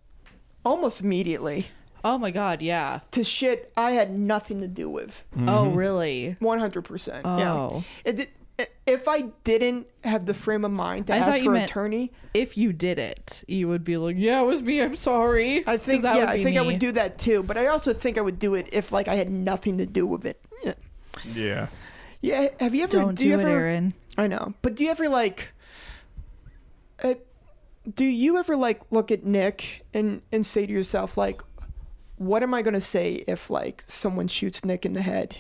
S2: almost immediately
S4: Oh my god, yeah.
S2: to shit I had nothing to do with.
S4: Oh really?
S2: One hundred percent. Yeah.
S4: Oh.
S2: It, did- if I didn't have the frame of mind to
S4: I thought
S2: ask
S4: you
S2: for an
S4: meant-
S2: attorney,
S4: If you did it, you would be like, "Yeah, it was me. I'm sorry."
S2: I
S4: 'Cause
S2: think
S4: that
S2: yeah,
S4: would
S2: I
S4: be
S2: think I
S4: me.
S2: would do that too. But I also think I would do it if like I had nothing to do with it. Yeah.
S3: Yeah.
S2: Yeah. Have you ever?
S4: Don't do,
S2: you
S4: it,
S2: ever,
S4: Aaron.
S2: I know. But do you ever like? Uh, do you ever like look at Nick and and say to yourself like, what am I gonna say if like someone shoots Nick in the head?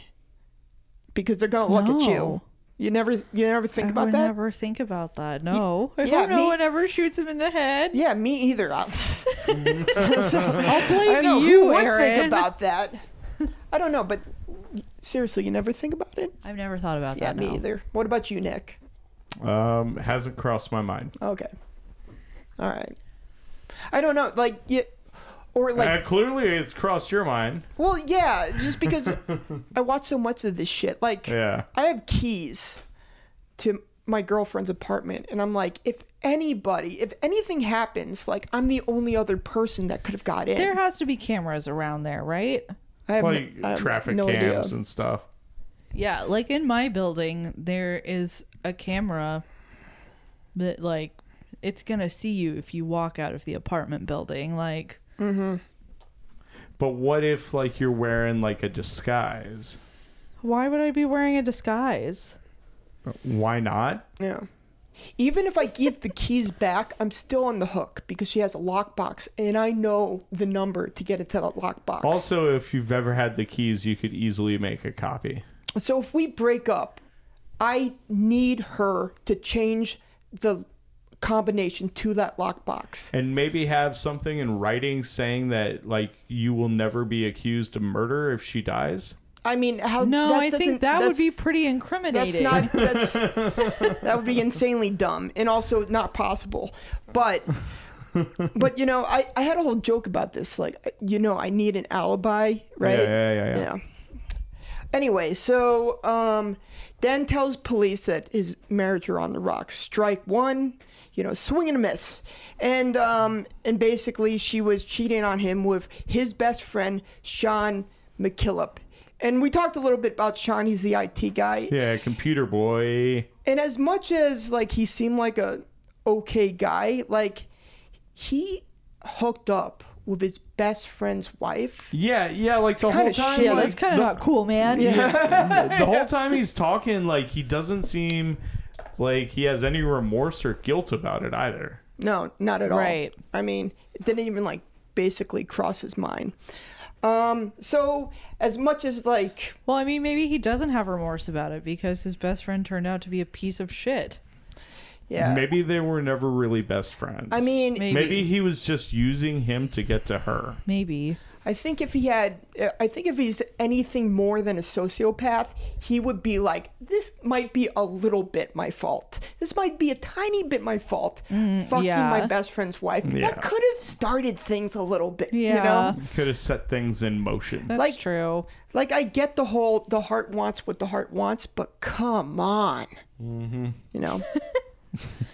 S2: Because they're gonna look at you.
S4: No.
S2: You never you never think
S4: I
S2: about
S4: would
S2: that.
S4: never think about that. No. I
S2: yeah,
S4: hope no
S2: me-
S4: one ever shoots him in the head.
S2: *laughs* Yeah, me either. I'll,
S4: *laughs* I'll blame
S2: I know
S4: you,
S2: who would
S4: Aaron.
S2: think about that. I don't know, but seriously, you never think about it.
S4: I've never thought about
S2: Yeah,
S4: that.
S2: me
S4: no.
S2: either. What about you, Nick?
S3: Um, hasn't crossed my mind.
S2: Okay, all right. I don't know, like yeah, or like,
S3: uh, clearly, it's crossed your mind.
S2: well, yeah, just
S3: *laughs*
S2: because I watch so much of this shit. Like,
S3: Yeah.
S2: I have keys to my girlfriend's apartment, and I'm like, if anybody, if anything happens, like I'm the only other person that could have got in.
S4: There has to be cameras around there, right?
S2: I have
S3: Like
S2: no- I have
S3: traffic
S2: no idea.
S3: cams and stuff.
S4: Yeah, like in my building, there is a camera that, like, it's gonna see you if you walk out of the apartment building. Like,
S3: But what if, like, you're wearing, like, a disguise?
S4: why would I be wearing a disguise?
S3: Why not?
S2: Yeah. Even if I give the keys back, I'm still on the hook because she has a lockbox and I know the number to get into that lockbox.
S3: Also, if you've ever had the keys, you could easily make a copy.
S2: so if we break up, I need her to change the combination to that lockbox.
S3: And maybe have something in writing saying that, like, you will never be accused of murder if she dies.
S2: I mean, how
S4: No,
S2: that
S4: I
S2: doesn't-
S4: think that would
S2: that's-
S4: be pretty
S2: that's
S4: incriminating.
S2: not
S3: *laughs*
S2: that's that would be insanely dumb and also not possible but but you know I, I had a whole joke about this like you know i need an alibi right
S3: Yeah, yeah, yeah. yeah.
S2: Yeah. Anyway, so um, Dan tells police that his marriage are on the rocks. Strike one, you know, swing and a miss, and um, and basically she was cheating on him with his best friend Sean McKillop. And we talked a little bit about Sean. He's the IT guy.
S3: Yeah, computer boy.
S2: And as much as like he seemed like a okay guy, like he hooked up with his best friend's wife.
S3: Yeah, yeah, like the whole
S2: kinda
S3: time.
S2: shitty.
S4: *laughs* Yeah,
S3: like,
S4: that's kind of
S3: the-
S4: not cool, man.
S3: Yeah. the whole time he's talking, like he doesn't seem like he has any remorse or guilt about it either.
S2: No, not at all.
S4: Right.
S2: I mean, it didn't even like basically cross his mind. Um, so as much as like
S4: *laughs* Well, I mean, maybe he doesn't have remorse about it because his best friend turned out to be a piece of shit.
S2: yeah.
S3: Maybe they were never really best friends.
S2: I mean,
S4: Maybe.
S3: maybe. he was just using him to get to her.
S4: Maybe.
S2: I think if he had, I think if he's anything more than a sociopath, he would be like, this might be a little bit my fault. This might be a tiny bit my fault. Fucking
S4: Mm, yeah.
S2: my best friend's wife.
S3: Yeah.
S2: That could have started things a little bit, you
S4: Yeah.
S2: know?
S3: Could have set things in motion.
S4: That's
S2: Like-
S4: true.
S2: Like, I get the whole, the heart wants what the heart wants, but come on. Mm-hmm. You know?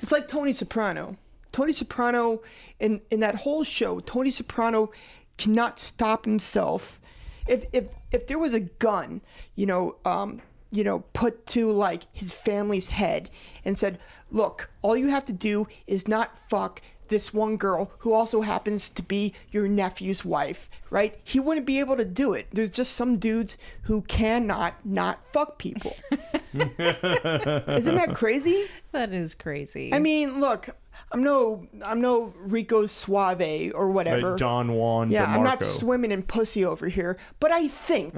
S2: it's like Tony Soprano. Tony Soprano, in, in that whole show, Tony Soprano cannot stop himself. If, if, if there was a gun, you know, um, you know, put to like his family's head and said, look, all you have to do is not fuck this one girl who also happens to be your nephew's wife, right? He wouldn't be able to do it. There's just some dudes who cannot not fuck people. Isn't that crazy?
S4: That is crazy.
S2: I mean, look, I'm no, I'm no Rico Suave or
S3: Like
S2: whatever.
S3: Don Juan
S2: yeah,
S3: DeMarco.
S2: I'm not swimming in pussy over here, but I think,
S3: *laughs*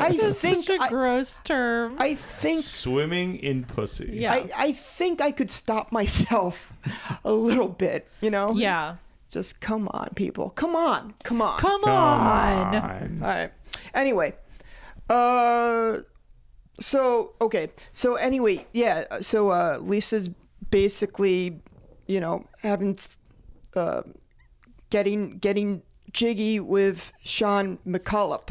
S2: I think,
S4: such a
S2: I,
S4: gross term.
S2: I think,
S3: Swimming in pussy.
S4: Yeah.
S2: I, I think I could stop myself *laughs* a little bit. You know?
S4: yeah.
S2: Just come on, people. Come on. Come on.
S4: Come,
S3: Come
S4: on.
S2: All right. Anyway, uh, so okay. So anyway, yeah. So uh, Lisa's basically, you know, having, s- uh, getting getting jiggy with Sean McCollop,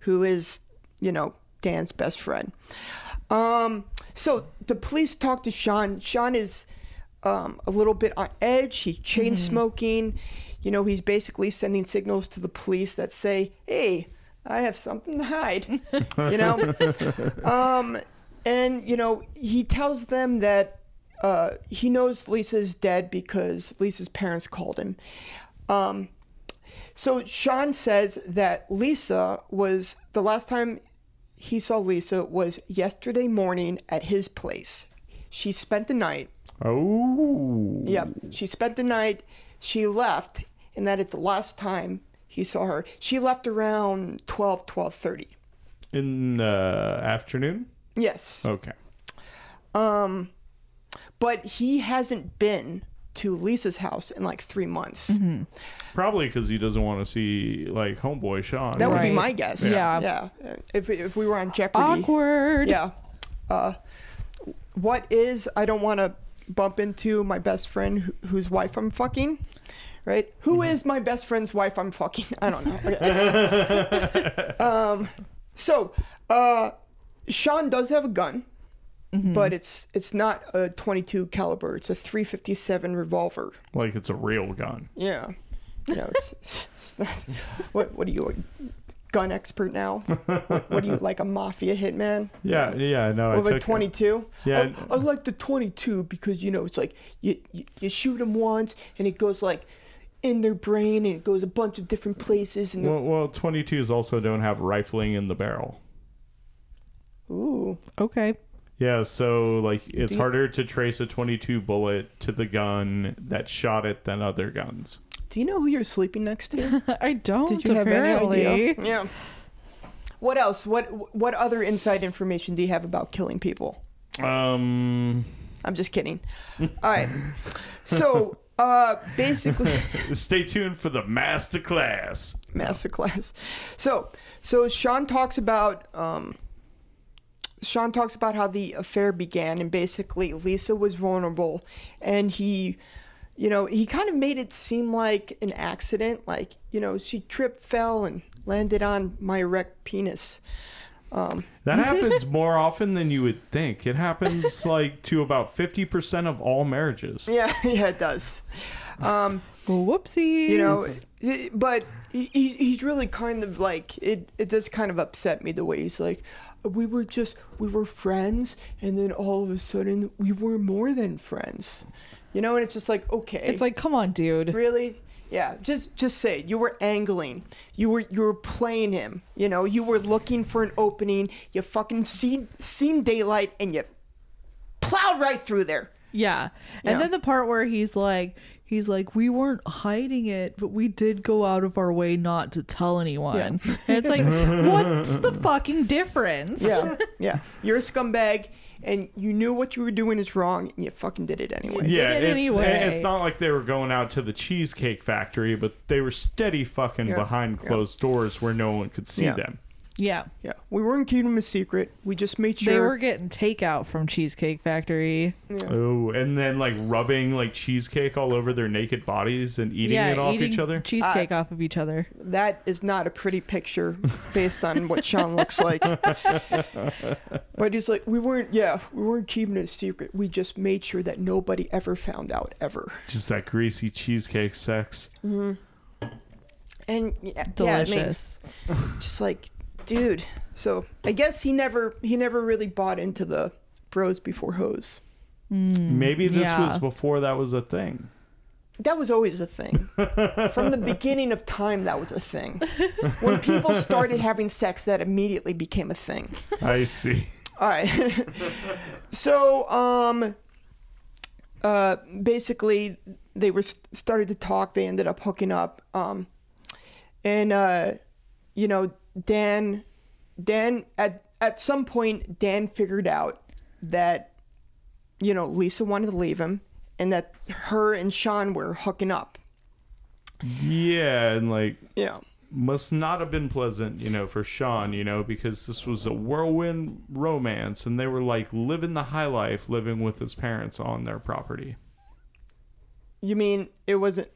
S2: who is, you know, Dan's best friend. Um. So the police talk to Sean. Sean is. Um, a little bit on edge. He's chain smoking. You know, he's basically sending signals to the police that say, hey, I have something to hide. you know? Um, and, you know, he tells them that uh, he knows Lisa's dead because Lisa's parents called him. Um, so Sean says that Lisa was the last time he saw Lisa was yesterday morning at his place. She spent the night
S3: Oh.
S2: Yep. She spent the night. She left, and that is the last time he saw her. She left around 12, 12.30.
S3: In the afternoon?
S2: Yes.
S3: Okay.
S2: Um, but he hasn't been to Lisa's house in like three months.
S4: Mm-hmm.
S3: Probably because he doesn't want to see, like, homeboy Sean.
S2: That would be
S4: Right.
S2: my guess.
S4: Yeah.
S2: Yeah. If, if we were on Jeopardy.
S4: Awkward.
S2: Yeah. Uh, what is I don't want to bump into my best friend wh- whose wife I'm fucking, right? Who
S4: Mm-hmm.
S2: is my best friend's wife I'm fucking? *laughs* I don't know.
S4: *laughs*
S2: Okay. um, so uh, Sean does have a gun,
S4: Mm-hmm.
S2: but it's it's not a 22 caliber. It's a 357 revolver.
S3: Like, it's a real gun.
S2: Yeah. You know, it's, it's, it's
S3: *laughs*
S2: not, what what are you a gun expert now? What, what are you like a mafia hitman?
S3: Yeah, yeah, no. *laughs* I
S2: Over
S3: took it.
S2: 22?
S3: Yeah.
S2: I, I like the 22 because, you know, it's like you, you, you shoot them once and it goes like in their brain and it goes a bunch of different places. And
S3: Well, well, 22s also don't have rifling in the barrel.
S2: ooh,
S4: Okay. *laughs*
S3: Yeah, so like it's harder to trace a 22 bullet to the gun that shot it than other guns.
S2: do you know who you're sleeping next
S3: *laughs*
S2: to?
S4: I don't
S2: Did you have
S4: apparently.
S2: any idea? Yeah. What else? What what other inside information do you have about killing people?
S3: Um
S2: I'm just kidding. All right. So, uh basically *laughs*
S3: stay tuned for the master class.
S2: masterclass. So, so Sean talks about um, Sean talks about how the affair began, and basically Lisa was vulnerable, and he, you know, he kind of made it seem like an accident, like you know she tripped, fell, and landed on my erect penis. Um, *laughs*
S3: That happens more often than you would think. It happens like to about 50% of all marriages.
S2: yeah, *laughs* yeah, it does. Um,
S4: Whoopsies.
S2: you know, i- but he, he- he's really kind of like it. It does kind of upset me the way he's like, we were just we were friends, and then all of a sudden we were more than friends. You know, and it's just like okay,
S4: it's like, come on, dude.
S2: really yeah just just say it. you were angling you were you were playing him you know you were looking for an opening you fucking seen seen daylight and you plowed right through there
S4: Yeah. And
S2: Yeah.
S4: then the part where he's like, he's like, we weren't hiding it, but we did go out of our way not to tell anyone. *laughs* And
S2: *laughs*
S4: it's like, what's the fucking difference? *laughs*
S2: yeah yeah you're a scumbag and you knew what you were doing is wrong and you fucking did it anyway
S3: Yeah,
S4: it
S3: it's,
S4: anyway.
S3: it's not like they were going out to the Cheesecake Factory, but they were steady fucking
S2: Yeah.
S3: behind
S2: Yeah.
S3: closed doors where no one could see
S2: Yeah.
S3: them.
S4: Yeah.
S2: yeah we weren't keeping him a secret we just made sure
S4: They were getting takeout from Cheesecake Factory.
S3: Oh, and then like rubbing like cheesecake all over their naked bodies and eating
S4: yeah,
S3: it off
S4: eating
S3: each other.
S2: Uh,
S4: Cheesecake off of each other.
S2: that is not a pretty picture based on what Sean looks like. but he's like, we weren't, yeah, we weren't keeping it a secret. We just made sure that nobody ever found out, ever.
S3: Just that greasy cheesecake sex.
S2: And yeah, yeah, I mean,
S4: Delicious.
S2: just like, dude. So I guess he never, he never really bought into the bros before hoes.
S3: Maybe this
S4: Mm, yeah.
S3: was before that was a thing.
S2: That was always a thing. From the beginning of time, that was a thing. When people started having sex, that immediately became a thing.
S3: I see.
S2: All right. *laughs* so, um, uh, basically, they were s- started to talk. They ended up hooking up. Um, and uh, you know, Dan, Dan at at some point, Dan figured out that you know Lisa wanted to leave him, and that her and Sean were hooking up.
S3: Yeah, and like
S2: Yeah.
S3: must not have been pleasant, you know, for Sean, you know, because this was a whirlwind romance and they were like living the high life living with his parents on their property.
S2: You mean it wasn't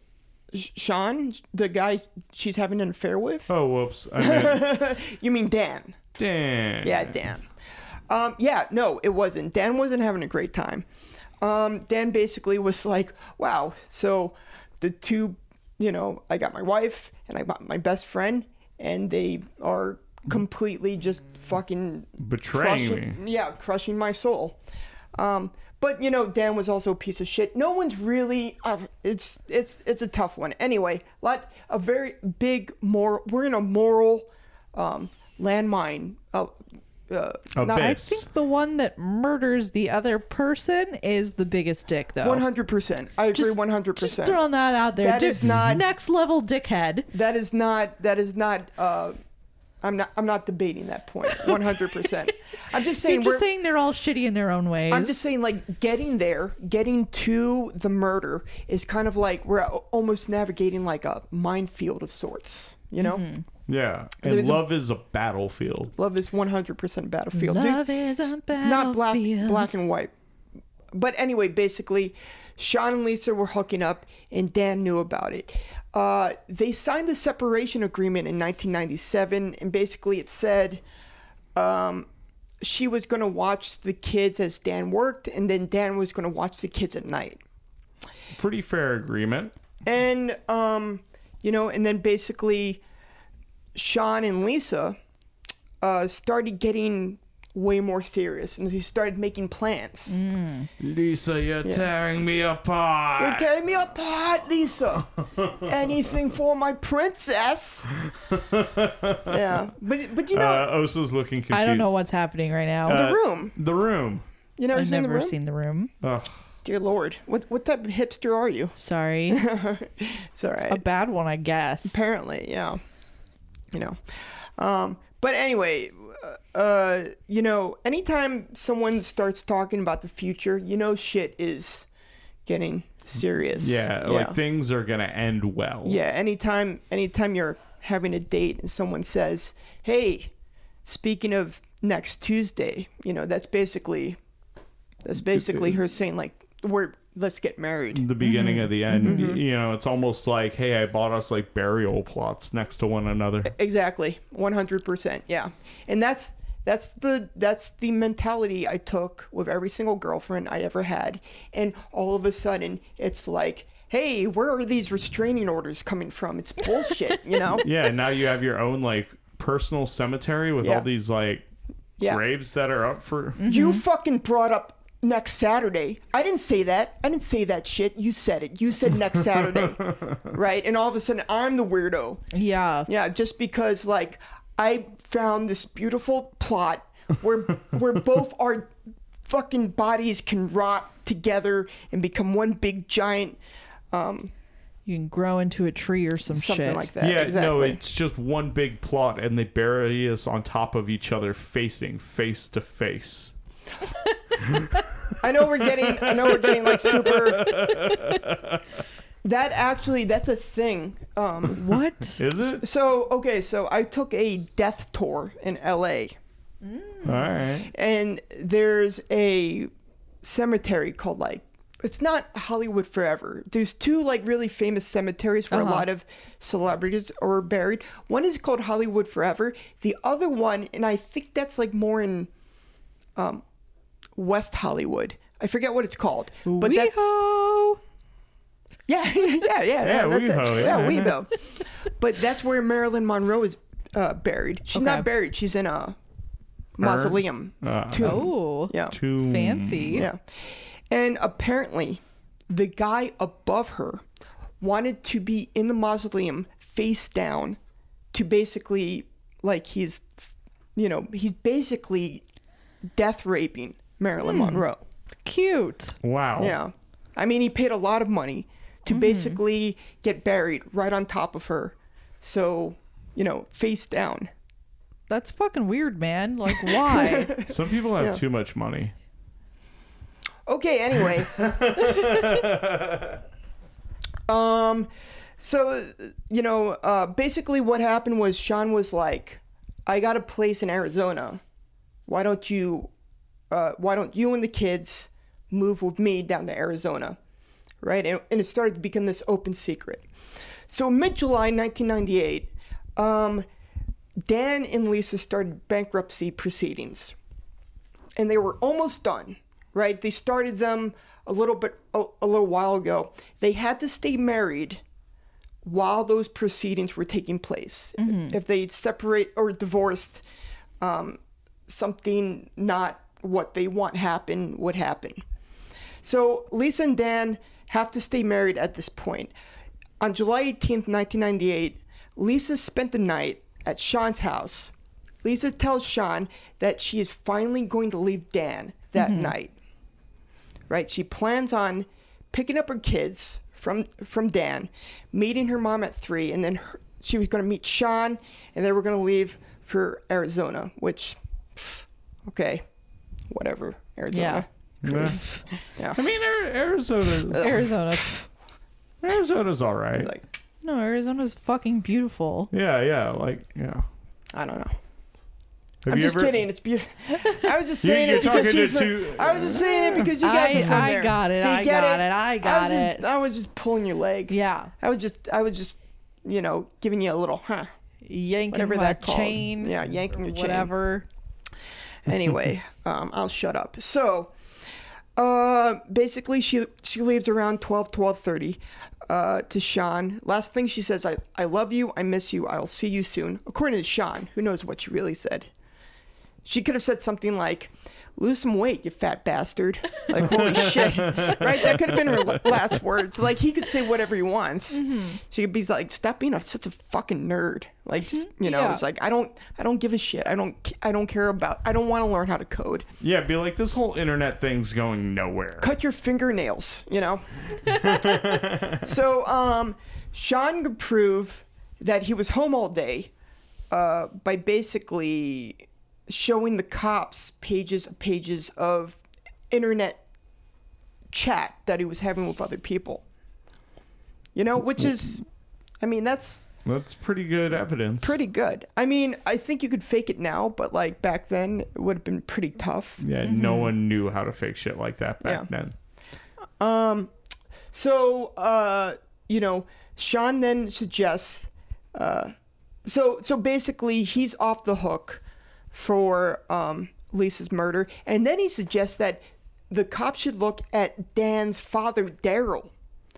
S2: Sh- Sean, the guy she's having an affair with?
S3: Oh, whoops. I
S4: *laughs*
S3: meant
S2: You mean Dan?
S3: Dan.
S2: Yeah, Dan. Um, yeah, no, it wasn't. Dan wasn't having a great time. Um, Dan basically was like, wow, so the two, you know, I got my wife and I got my best friend, and they are completely just fucking
S3: Betraying me.
S2: crushing, yeah, crushing my soul. Um, but you know, Dan was also a piece of shit. No one's really. Uh, it's it's it's a tough one. Anyway, lot a very big moral. We're in a moral um, landmine. Uh, uh,
S4: I
S3: Abyss.
S4: think the one that murders the other person is the biggest dick, though.
S2: One hundred percent. I agree.
S4: Just-
S2: One hundred
S4: Just
S2: percent.
S4: throwing that out there.
S2: That
S4: Dude,
S2: is not-
S4: next level dickhead.
S2: That is not. That is not. Uh, I'm not. I'm not debating that
S4: *laughs*
S2: point. One hundred percent. I'm just saying.
S4: You're
S2: we're,
S4: just saying they're all shitty in their own ways.
S2: I'm just saying, like, getting there, getting to the murder is kind of like we're al- almost navigating like a minefield of sorts. You know,
S4: Mm-hmm.
S3: Yeah. And
S2: There's a-
S3: love is a battlefield.
S2: love is 100% battlefield. There's-
S4: Love is a
S2: It's not black,
S4: battlefield.
S2: black and white. But anyway, basically, Sean and Lisa were hooking up, and Dan knew about it. Uh, they signed the separation agreement in 1997, and basically it said um, she was going to watch the kids as Dan worked, and then Dan was going to watch the kids at night
S3: Pretty fair agreement.
S2: and um, you know, and then basically, Sean and Lisa uh, started getting way more serious, and they started making plans.
S3: Lisa, you're tearing me apart.
S2: You're tearing me apart,
S3: *laughs*
S2: Lisa. Anything for my princess? yeah, but but you know,
S3: uh, Osa's looking confused.
S4: I don't know what's happening right now.
S2: the room.
S3: The room.
S2: You never
S4: I've
S2: seen
S4: never
S2: the room?
S4: seen the room.
S3: Ugh.
S2: Dear Lord, what what type of hipster are you? *laughs*
S4: Sorry.
S2: It's all right.
S4: a bad one, I guess.
S2: apparently yeah you know um but anyway uh you know anytime someone starts talking about the future you know shit is getting serious
S3: Yeah, like things are gonna end well.
S2: yeah anytime anytime you're having a date and someone says hey speaking of next tuesday you know that's basically that's basically her saying like we're let's get married.
S3: the beginning
S2: Mm-hmm.
S3: of the end. You know, it's almost like, hey, I bought us like burial plots next to one another.
S2: Eh. Exactly, one hundred percent. Yeah, and that's that's the that's the mentality I took with every single girlfriend I ever had, and all of a sudden it's like, hey, where are these restraining orders coming from? It's bullshit, you know?
S3: yeah, and now you have your own like personal cemetery with
S2: Yeah.
S3: all these like
S2: Yeah. Mm-hmm.
S3: graves that are up for.
S2: You fucking brought up next Saturday. I didn't say that. I didn't say that shit. You said it. You said next Saturday, right? And all of a sudden I'm the weirdo.
S4: Yeah.
S2: Yeah, just because like I found this beautiful plot where where both our fucking bodies can rot together and become one big giant um
S4: You can grow into a tree or some
S2: something
S4: shit.
S2: like that.
S3: Yeah,
S2: exactly.
S3: no, it's just one big plot, and they bury us on top of each other, facing face to face.
S2: I know we're getting I know we're getting like super That actually that's a thing. Um
S3: *laughs*
S4: What?
S2: *laughs*
S3: Is it?
S2: so okay, so I took a death tour in LA.
S3: All right.
S2: and there's a cemetery called like it's not Hollywood Forever. There's two like really famous cemeteries where a
S4: Uh-huh.
S2: lot of celebrities are buried. One is called Hollywood Forever. The other one, and I think that's like more in um, West Hollywood. I forget what it's called, but that's
S4: Wee-ho!
S2: yeah, *laughs* yeah, yeah, yeah. that's
S3: Weebo,
S2: it. Yeah,
S3: yeah.
S2: Weebo. but that's where Marilyn Monroe is uh, buried. She's
S4: Okay.
S2: not buried. She's in a mausoleum
S3: Uh,
S2: tomb.
S4: Oh,
S2: Yeah.
S3: Tomb.
S4: fancy.
S2: Yeah. And apparently, the guy above her wanted to be in the mausoleum face down to basically, like, he's, you know, he's basically death raping Marilyn Monroe.
S4: Cute.
S3: Wow.
S2: Yeah. I mean, he paid a lot of money to basically get buried right on top of her. So, you know, face down.
S4: That's fucking weird, man. Like,
S2: *laughs*
S4: why?
S3: Some people have
S2: Yeah.
S3: too
S2: *laughs*
S3: much money.
S2: Okay, anyway. um so you know, uh basically what happened was Sean was like, I got a place in Arizona. Why don't you uh why don't you and the kids move with me down to Arizona? Right? And, and it started to become this open secret. So mid July 1998, um Dan and Lisa started bankruptcy proceedings and they were almost done, right? They started them a little bit a, a little while ago. They had to stay married while those proceedings were taking place. If they separate or divorced, um, something not what they want happen would happen. So Lisa and Dan have to stay married at this point. On July 18th, 1998, Lisa spent the night at Sean's house. Lisa tells Sean that she is finally going to leave Dan that night. Right? She plans on picking up her kids from from Dan, meeting her mom at 3 and then her, she was going to meet Sean and they were going to leave for Arizona, which pff, okay, whatever. Arizona.
S3: Yeah.
S2: Yeah.
S3: I mean,
S2: *laughs*
S3: Ar- Arizona.
S4: Arizona.
S3: Arizona's all right.
S2: Like
S4: No, Arizona's fucking beautiful.
S3: yeah, yeah, like yeah.
S2: I don't know.
S3: Have
S2: I'm
S3: you
S2: just
S3: ever-
S2: kidding. It's beautiful. *laughs* I was just
S3: You-
S2: saying
S3: you're
S2: it because
S3: talking
S2: she's.
S3: to
S2: From,
S3: two-
S2: I was just saying it because you guys
S4: I-
S2: are from
S4: I
S2: there.
S4: got it,
S2: Do you
S4: I
S2: get
S4: got it, I got
S2: was
S4: it.
S2: Just, I was just pulling your leg.
S4: Yeah.
S2: I was just. I was just. You know, giving you a little, huh?
S4: Yanking
S2: Whatever
S4: my
S2: that called.
S4: chain.
S2: Yeah, yanking your chain.
S4: Whatever.
S2: anyway, um, I'll shut up. So, uh, basically, she she leaves around 12, 12.30 uh, to Sean. Last thing she says, I, I love you, I miss you, I'll see you soon. According to Sean, who knows what she really said. She could have said something like, lose some weight, you fat bastard. Like, holy shit. Right? That could have been her la- last words. Like, he could say whatever he wants. She could be like, stop being a, such a fucking nerd. Like, just, you know,
S4: Yeah.
S2: it's like, I don't, I don't give a shit. I don't, c- I don't care about, I don't want to learn how to code.
S3: Yeah, be like this whole internet thing's going nowhere.
S2: Cut your fingernails, you know? so, um, Sean could prove that he was home all day uh, by basically showing the cops pages and pages of internet chat that he was having with other people. You know, which is, I mean, that's
S3: That's pretty good evidence.
S2: pretty good. I mean, I think you could fake it now, but like back then, it would have been pretty tough.
S3: Yeah, no one knew how to fake shit like that back
S2: Yeah.
S3: then.
S2: Um, so uh, you know, Sean then suggests, uh, so so basically he's off the hook for um, Lisa's murder, and then he suggests that the cops should look at Dan's father, Daryl.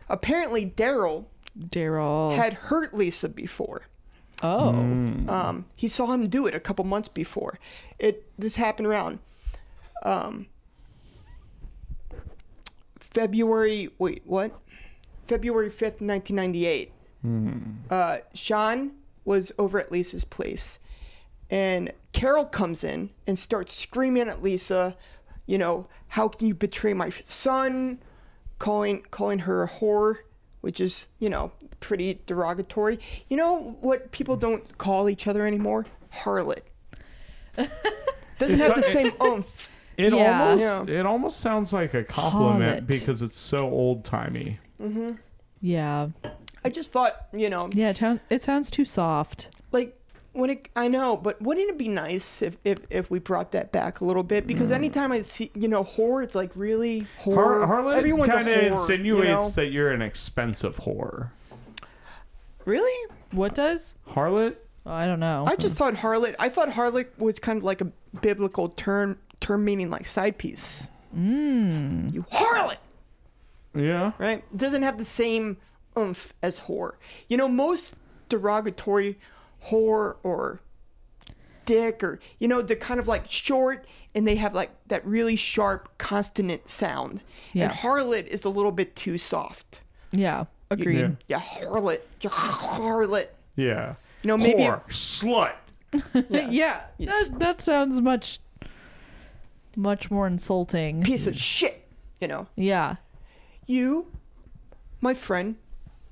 S2: Apparently, Daryl
S4: Daryl.
S2: had hurt Lisa before.
S4: oh.
S2: Um, he saw him do it a couple months before. It this happened around um, February. Wait, what? February fifth, nineteen ninety eight. Uh, Sean was over at Lisa's place, and Carol comes in and starts screaming at Lisa. You know, how can you betray my son? Calling calling her a whore, which is you know pretty derogatory. You know what people don't call each other anymore? Harlot. Doesn't have the same oomph.
S3: It
S4: Yeah.
S3: almost
S2: Yeah.
S3: it almost sounds like a compliment
S4: Harlot.
S3: because it's so old timey.
S4: Yeah.
S2: I just thought, you know,
S4: Yeah. It, sound- it sounds too soft.
S2: like when it, I know, but wouldn't it be nice if, if, if we brought that back a little bit? Because anytime I see, you know, whore, it's like really whore.
S3: Hmm. Har- Harlan
S2: Everyone's a
S3: kind of
S2: whore,
S3: insinuates
S2: you know?
S3: that you're an expensive whore.
S2: Really?
S4: What does?
S3: Harlot?
S4: Oh, I don't know.
S3: Mm-hmm.
S2: I just thought harlot. I thought harlot was kind of like a biblical term, term meaning like side piece. Mm. You harlot,
S3: Yeah.
S2: right? Doesn't have the same oomph as whore. You know, most derogatory whore or dick or you know they're kind of like short and they have like that really sharp consonant sound.
S4: Yeah.
S2: And harlot is a little bit too soft.
S4: yeah. Agreed.
S3: Yeah.
S2: Yeah, harlot. Yeah, harlot.
S3: Yeah.
S2: You know, maybe
S3: Whore. Slut.
S4: *laughs* Yeah.
S2: Yes.
S4: That, that sounds much, much more insulting.
S2: a piece of shit. You know.
S4: Yeah.
S2: you, my friend,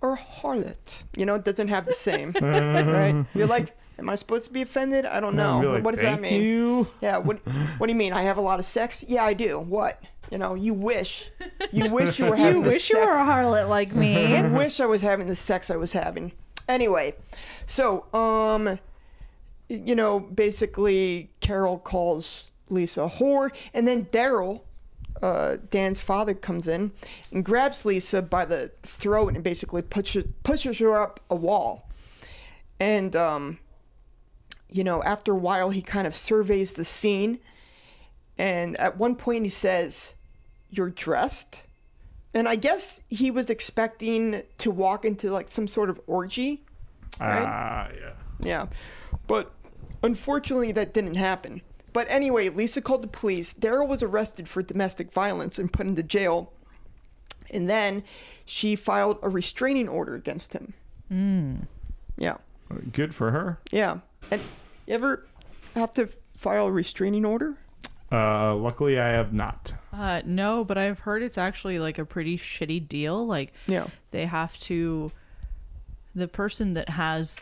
S2: are a harlot. You know, it doesn't have the
S3: *laughs*
S2: same, right? You're like, am I supposed to be offended? I don't know.
S3: I'd be like,
S2: Oh, what does that
S3: "Thank
S2: mean?
S3: You?
S2: Yeah, what What do you mean? I have a lot of sex? Yeah, I do. What? You know, you wish, you wish you were having.
S4: *laughs* You
S2: the
S4: wish you were
S2: sex-
S4: a harlot like me. *laughs*
S2: I wish I was having the sex I was having. Anyway, so um, you know, basically Carol calls Lisa a whore, and then Daryl, uh, Dan's father, comes in and grabs Lisa by the throat and basically pushes pushes her up a wall, and um, you know, after a while, he kind of surveys the scene, and at one point he says, "You're dressed." And I guess he was expecting to walk into like some sort of orgy.
S3: Ah, yeah.
S2: Yeah. But unfortunately, that didn't happen. But anyway, Lisa called the police. Daryl was arrested for domestic violence and put into jail. And then she filed a restraining order against him. Mm. Yeah.
S3: Good for her.
S2: Yeah. And you ever have to file a restraining order?
S3: Uh, luckily, I have not.
S4: Uh, no, but I've heard it's actually like a pretty shitty deal. Like,
S2: Yeah.
S4: they have to, the person that has,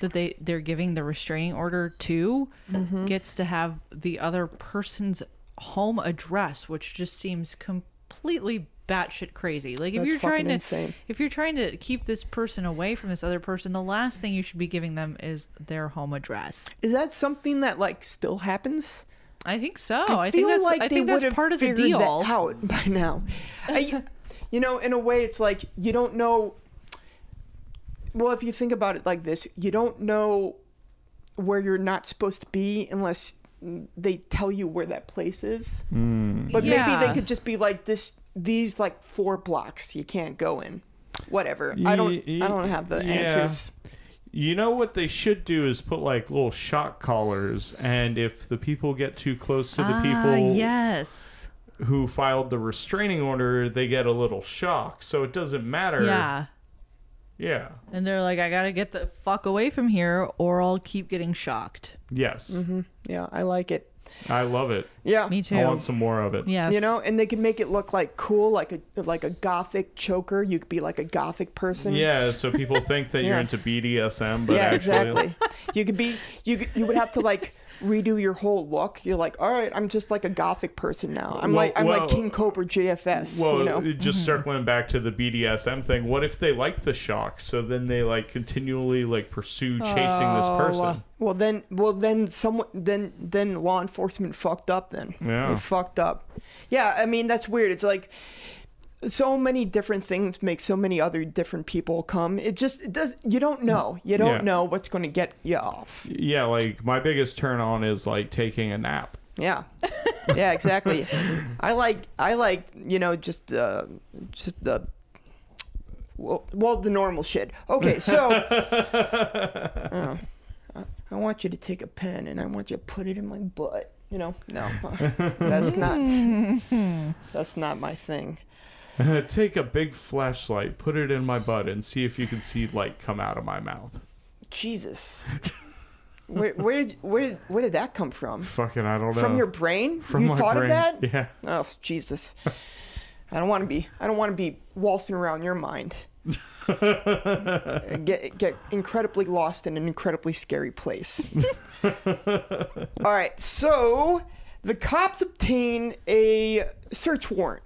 S4: that they they're giving the restraining order to,
S2: Mm-hmm.
S4: gets to have the other person's home address, which just seems completely batshit crazy. Like, if
S2: That's
S4: you're trying
S2: fucking
S4: to,
S2: insane.
S4: if you're trying to keep this person away from this other person, the last thing you should be giving them is their home address.
S2: Is that something that like still happens?
S4: I think so. Oh, I, think that's I think that's
S2: would've
S4: part of the
S2: figured that
S4: deal.
S2: out *laughs* by now.
S4: *laughs*
S2: I, you know, in a way, it's like you don't know. Well, if you think about it like this, you don't know where you're not supposed to be unless they tell you where that place is.
S3: Hmm.
S2: But maybe
S4: Yeah.
S2: they could just be like this. These like four blocks you can't go in. Whatever. I don't.
S3: Ye-
S2: I don't have the
S3: yeah.
S2: answers.
S3: You know what they should do is put like little shock collars, and if the people get too close to
S2: Ah,
S3: the people
S4: Ah, yes.
S3: who filed the restraining order, they get a little shock. So it doesn't matter.
S4: Yeah.
S3: Yeah.
S4: And they're like, I gotta get the fuck away from here, or I'll keep getting shocked.
S3: Yes.
S2: Mm-hmm. Yeah, I like it.
S3: I love it.
S2: Yeah.
S4: Me too.
S3: I want some more of it.
S4: Yes.
S2: You know, and they can make it look like cool, like a like a gothic choker. You could be like a gothic person.
S3: Yeah, so people think that you're
S2: Yeah.
S3: into BDSM, but
S2: Yeah,
S3: actually,
S2: exactly. you could be you could- you would have to like redo your whole look. You're like, all right, I'm just like a gothic person now. I'm
S3: Well,
S2: like I'm
S3: well-
S2: like King Cobra JFS.
S3: well,
S2: you know, Mm-hmm.
S3: it- just circling back to the BDSM thing, what if they like the shock? So then they like continually like pursue chasing this
S4: Oh.
S3: person.
S2: well then, well then, someone then then law enforcement fucked up. Then
S3: Yeah.
S2: they fucked up. Yeah, I mean that's weird. It's like so many different things make so many other different people come. It just it does. You don't know. You don't
S3: Yeah.
S2: know what's going to get you off.
S3: Yeah, like my biggest turn on is like taking a nap.
S2: Yeah. Yeah, exactly. I like I like, you know, just uh just the well, well the normal shit. Okay,
S3: *laughs*
S2: so Oh. I- I want you to take a pen and I want you to put it in my butt, you know? No. uh, That's not That's not my thing.
S3: Uh, Take a big flashlight, put it in my butt, and see if you can see light come out of my mouth.
S2: Jesus. Where where where where did that come from?
S3: Fucking, I don't know.
S2: From your brain?
S3: uh, From
S2: you
S3: my
S2: thought
S3: brain.
S2: of that?
S3: *laughs* Yeah.
S2: Oh Jesus! I don't want to be. I don't want to be waltzing around your mind. get get incredibly lost in an incredibly scary place. All right, so the cops obtain a search warrant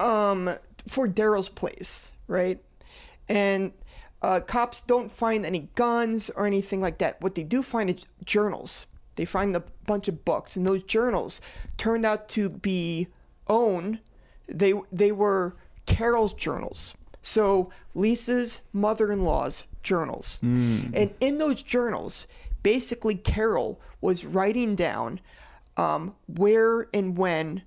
S2: um, for Daryl's place, right? And uh, cops don't find any guns or anything like that. What they do find is journals. They find a bunch of books, and those journals turned out to be own. They they were Carol's journals. So Lisa's mother-in-law's journals, and in those journals, basically Carol was writing down um, where and when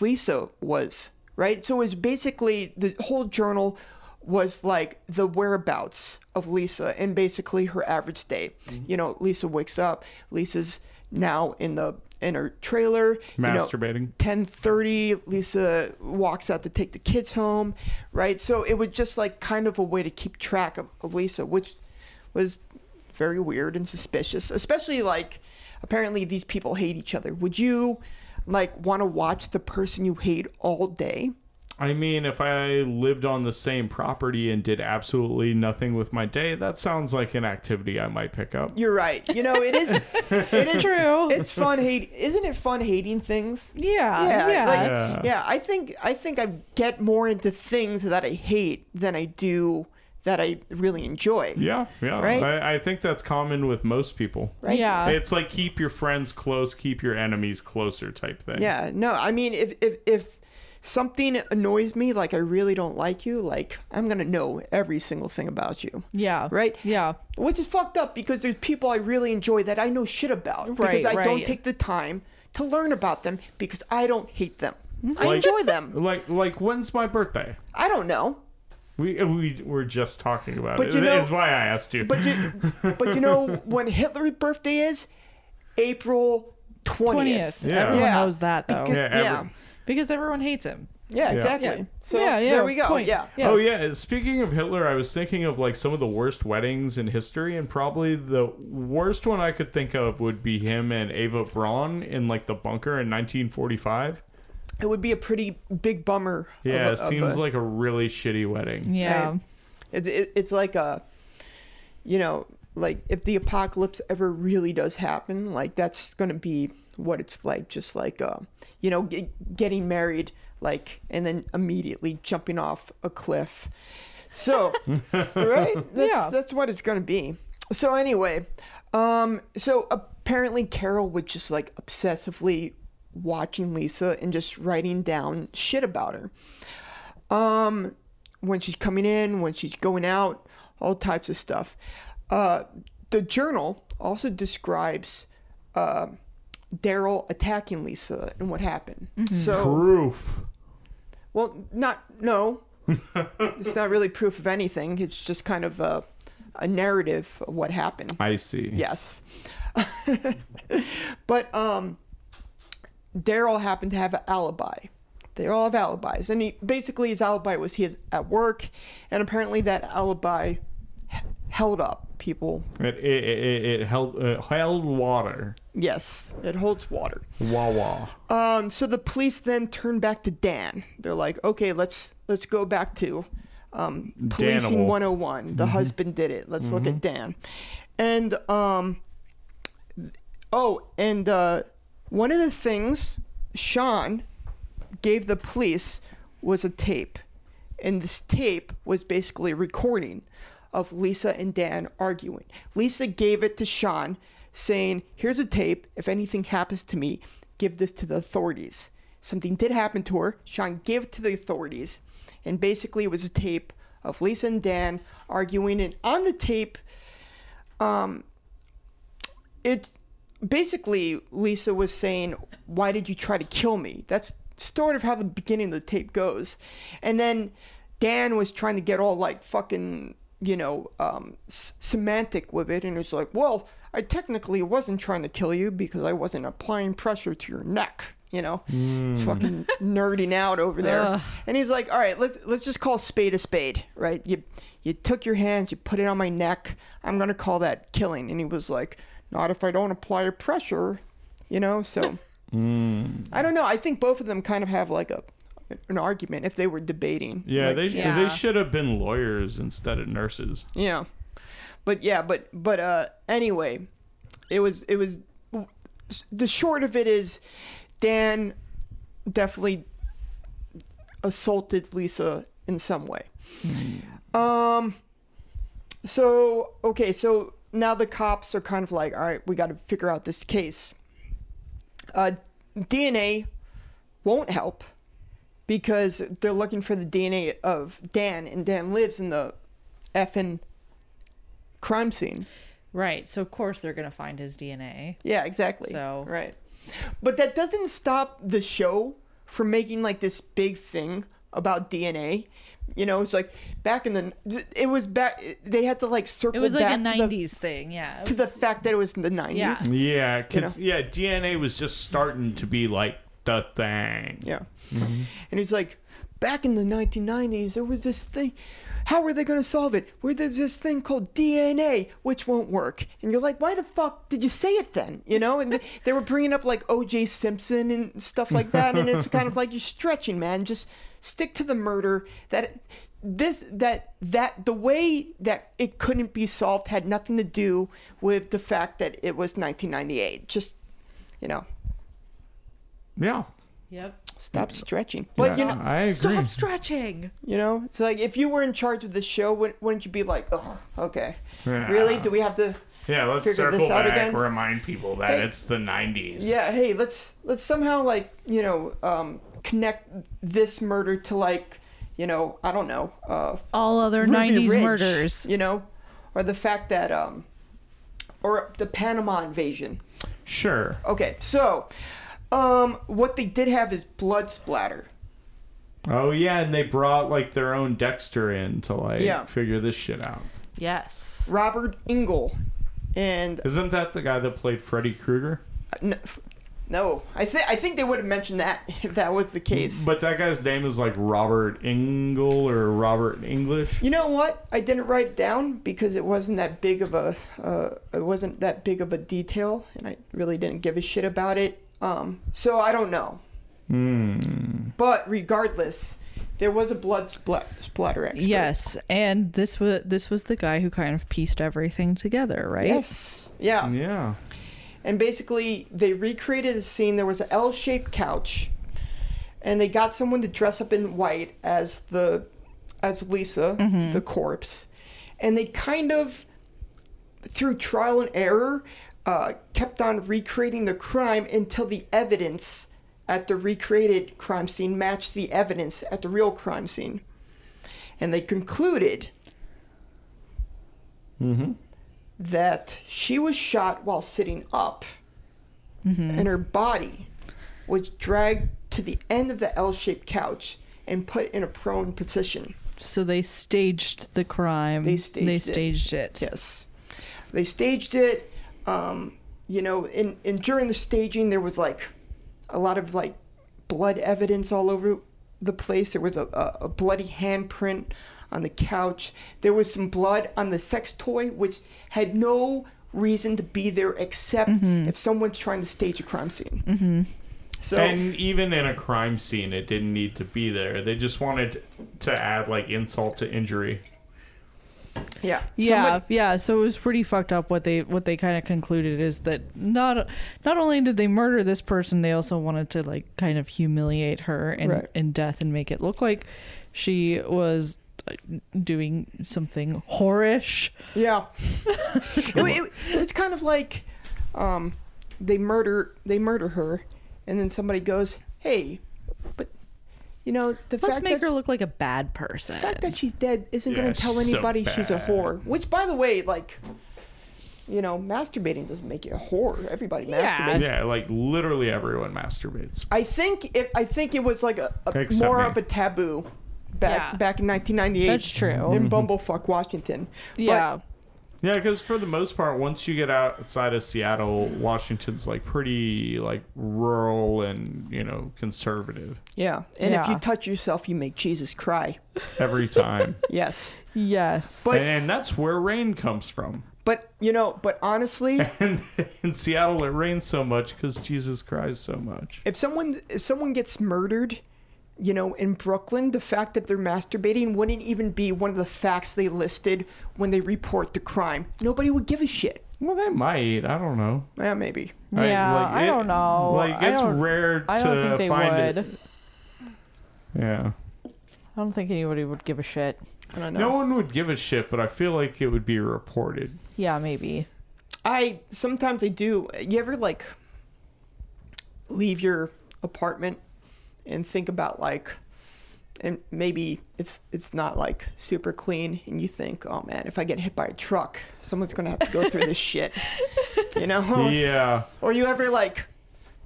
S2: Lisa was, right? So it was basically the whole journal was like the whereabouts of Lisa and basically her average day. You know, Lisa wakes up, Lisa's now in the in her trailer, You know,
S3: Masturbating.
S2: 10:30 Lisa walks out to take the kids home, right? So it was just like kind of a way to keep track of, of Lisa, which was very weird and suspicious, especially like apparently these people hate each other. Would you like want to watch the person you hate all day?
S3: I mean, if I lived on the same property and did absolutely nothing with my day, that sounds like an activity I might pick up.
S2: You're right. You know, it is it is
S4: *laughs* True.
S2: It's fun hate isn't it fun hating things?
S4: yeah.
S2: yeah,
S4: Yeah.
S2: like-
S3: Yeah.
S2: yeah. I think I think I get more into things that I hate than I do that I really enjoy.
S3: Yeah, yeah.
S2: Right?
S3: I, I think that's common with most people.
S2: Right?
S4: Yeah.
S3: It's like keep your friends close, keep your enemies closer type thing.
S2: Yeah. No, I mean, if if if something annoys me, like I really don't like you, like I'm gonna know every single thing about you.
S4: yeah.
S2: Right?
S4: Yeah.
S2: Which is fucked up because there's people I really enjoy that I know shit about because
S4: Right,
S2: I don't
S4: right.
S2: take the time to learn about them because I don't hate them. I
S4: Mm-hmm.
S3: Like-
S2: enjoy them.
S3: Like like when's my birthday?
S2: I don't know.
S3: We we were just talking about
S2: But
S3: it.
S2: you know-
S3: That's why I asked you.
S2: But you, but you know when Hitler's birthday is? April 20th.
S4: 20th.
S3: Yeah.
S4: Everyone
S2: Yeah.
S4: knows that, though.
S2: Because-
S3: Yeah, every-
S2: yeah.
S4: because everyone hates him.
S2: Yeah, exactly.
S4: Yeah.
S2: So
S4: yeah, yeah.
S2: there we go.
S4: point.
S2: Yeah.
S3: *laughs*
S4: Yes.
S3: Oh yeah. Speaking of Hitler, I was thinking of like some of the worst weddings in history, and probably the worst one I could think of would be him and Eva Braun in like the bunker in 1945.
S2: It would be a pretty big bummer.
S3: Yeah,
S2: of a-
S3: it
S2: of
S3: seems
S2: a-
S3: like a really shitty wedding.
S4: Yeah.
S2: Right. It's it, it's like a, you know, like if the apocalypse ever really does happen, like that's gonna be what it's like. Just like, uh, you know, g- getting married, like, and then immediately jumping off a cliff. So, right? That's,
S4: Yeah.
S2: that's what it's gonna be. So anyway, um, so apparently Carol would just like obsessively watching Lisa and just writing down shit about her um, when she's coming in, when she's going out, all types of stuff. Uh, the journal also describes uh, Daryl attacking Lisa and what happened. So,
S3: Proof.
S2: well, not no, it's not really proof of anything. It's just kind of a, a narrative of what happened.
S3: I see.
S2: Yes. *laughs* but um, Daryl happened to have an alibi. They all have alibis. And he, basically, his alibi was he is at work, and apparently that alibi h- held up people.
S3: It it, it, it held it held water.
S2: Yes, it holds water.
S3: Wah wah.
S2: Um, so the police then turn back to Dan. They're like, okay, let's let's go back to um, policing
S3: Danimal.
S2: 101. The husband did it. Let's look at Dan. And um, oh, and uh, one of the things Sean gave the police was a tape, and this tape was basically a recording of Lisa and Dan arguing. Lisa gave it to Sean, saying, "Here's a tape. If anything happens to me, give this to the authorities." something did happen to her. Sean gave it to the authorities, and basically it was a tape of Lisa and Dan arguing, and on the tape, um, it's basically Lisa was saying, "Why did you try to kill me?" That's sort of how the beginning of the tape goes, and then Dan was trying to get all like fucking you know um, s- semantic with it, and it's like, "Well, I technically wasn't trying to kill you because I wasn't applying pressure to your neck." You know, It's fucking nerding out over there,
S4: Ugh.
S2: and he's like, "All right, let let's just call a spade a spade, right? You you took your hands, you put it on my neck. I'm gonna call that killing." And he was like, "Not if I don't apply pressure, you know." So I don't know. I think both of them kind of have like a an argument if they were debating.
S3: Yeah,
S2: Like,
S3: they
S4: Yeah.
S3: they should have been lawyers instead of nurses.
S2: yeah. But yeah, but but uh anyway, it was it was the short of it is Dan definitely assaulted Lisa in some way. Um so okay, so now the cops are kind of like, all right, we got to figure out this case. Uh DNA won't help because they're looking for the DNA of Dan and Dan lives in the effing crime scene.
S4: Right. So of course they're gonna find his DNA.
S2: Yeah, exactly.
S4: So-
S2: right, but that doesn't stop the show from making like this big thing about DNA. You know, it's like back in the it was back. They had to like circle.
S4: It was like
S2: back
S4: a
S2: to the-
S4: '90s thing. Yeah. it
S2: to the
S4: was-
S2: fact that it was in the nineties.
S4: Yeah.
S3: Yeah,
S2: 'cause-
S3: yeah, DNA was just starting to be like the thing.
S2: Yeah. And he's like, back in the 1990s, there was this thing. How are they going to solve it? Where there's this thing called DNA, which won't work. And you're like, why the fuck did you say it then? You know? And they- they were bringing up like O.J. Simpson and stuff like that. And it's kind of like you're stretching, man. Just stick to the murder that this that that the way that it couldn't be solved had nothing to do with the fact that it was 1998 just you know
S3: Yeah.
S4: Yep.
S2: stop stretching but you know
S3: I agree.
S4: Stop stretching.
S2: You know, it's like if you were in charge of the show, wouldn't, wouldn't you be like, "Ugh, okay,
S3: Yeah.
S2: really? Do we have to?
S3: yeah, let's
S2: figure this
S3: circle
S2: out
S3: back,
S2: again?
S3: remind people that
S2: Hey.
S3: it's the 90s.
S2: Yeah, hey, let's let's somehow like you know um, connect this murder to like you know I don't know uh,
S4: All other
S2: Ruby
S4: '90s
S2: Ridge,
S4: murders.
S2: you know, or the fact that um, or the Panama invasion.
S3: Sure.
S2: Okay, so um, what they did have is blood splatter.
S3: Oh yeah, and they brought like their own Dexter in to like
S2: Yeah.
S3: figure this shit out.
S4: Yes.
S2: Robert Ingle, and uh,
S3: Isn't that the guy that played Freddy Krueger?
S2: no, no I think I think they would have mentioned that *laughs* if that was the case.
S3: But that guy's name is like Robert Engel or Robert English.
S2: You know what? I didn't write it down because it wasn't that big of a uh, it wasn't that big of a detail, and I really didn't give a shit about it. Um, so I don't know.
S3: Hmm.
S2: But regardless, there was a blood splat- splatter expert.
S4: Yes, and this was this was the guy who kind of pieced everything together, right?
S2: Yes. Yeah.
S3: Yeah.
S2: And basically, they recreated a scene. There was an L-shaped couch, and they got someone to dress up in white as the as Lisa, the corpse, and they kind of through trial and error uh, kept on recreating the crime until the evidence at the recreated crime scene matched the evidence at the real crime scene, and they concluded
S3: Mm-hmm.
S2: that she was shot while sitting up and her body was dragged to the end of the L shaped couch and put in a prone position.
S4: So they staged the crime.
S2: They staged it.
S4: staged it.
S2: Yes. They staged it. Um, you know, and, and during the staging, there was like a lot of like blood evidence all over the place. There was a, a, a bloody handprint on the couch. There was some blood on the sex toy, which had no reason to be there except if someone's trying to stage a crime scene. Mm-hmm. So,
S3: and even in a crime scene, it didn't need to be there. They just wanted to add like insult to injury.
S2: yeah.
S4: Yeah,
S2: Somebody-
S4: yeah. So it was pretty fucked up. What they what they kind of concluded is that not not only did they murder this person, they also wanted to like kind of humiliate her in
S2: Right.
S4: in death and make it look like she was uh, doing something whorish. *laughs*
S2: Yeah. it, wa- it, it's kind of like um, they murder they murder her, and then somebody goes, "Hey, You know, the
S4: Let's
S2: fact
S4: make
S2: that
S4: her look like a bad person.
S2: the fact that she's dead isn't
S6: Yeah,
S2: going to tell
S6: she's so
S2: anybody she's a
S6: bad.
S2: whore. Which, by the way, like, you know, masturbating doesn't make you a whore. Everybody
S4: Yeah.
S2: masturbates.
S3: Yeah, like literally everyone masturbates.
S2: I think if I think it was like a, a
S3: Except
S2: more
S3: me.
S2: of a taboo back
S4: Yeah.
S2: back in 1998.
S4: That's true.
S6: Mm-hmm.
S2: In Bumblefuck, Washington. But
S4: yeah.
S3: Yeah, because for the most part, once you get outside of Seattle, Washington's like pretty like rural and you know conservative
S2: yeah. And if you
S4: Yeah.
S2: touch yourself, you make Jesus cry.
S3: every
S4: *laughs*
S3: time,
S2: Yes.
S4: yes.
S3: and,
S2: But-
S3: and that's where rain comes from. *laughs*
S2: But you know, but honestly, *laughs*
S3: And in Seattle, it rains so much because Jesus cries so much.
S2: if someone if someone gets murdered, you know, in Brooklyn, the fact that they're masturbating wouldn't even be one of the facts they listed when they report the crime. Nobody would give a shit.
S3: Well, they might. I don't know.
S2: Yeah, maybe.
S3: I-
S4: yeah,
S3: like,
S4: I
S3: it-
S4: don't know.
S3: Like
S4: I
S3: it's
S4: don't-
S3: rare
S4: I don't
S3: to
S4: think they
S3: find
S4: would.
S3: it. Yeah.
S4: I don't think anybody would give a shit.
S2: I don't know.
S3: No one would give a shit, but I feel like it would be reported.
S4: Yeah, maybe.
S2: I sometimes I do. You ever like leave your apartment and think about like and maybe it's it's not like super clean and you think, "Oh man, if I get hit by a truck, someone's going to have to go through this shit." You know?
S4: Oh.
S3: Yeah.
S2: Or you ever like,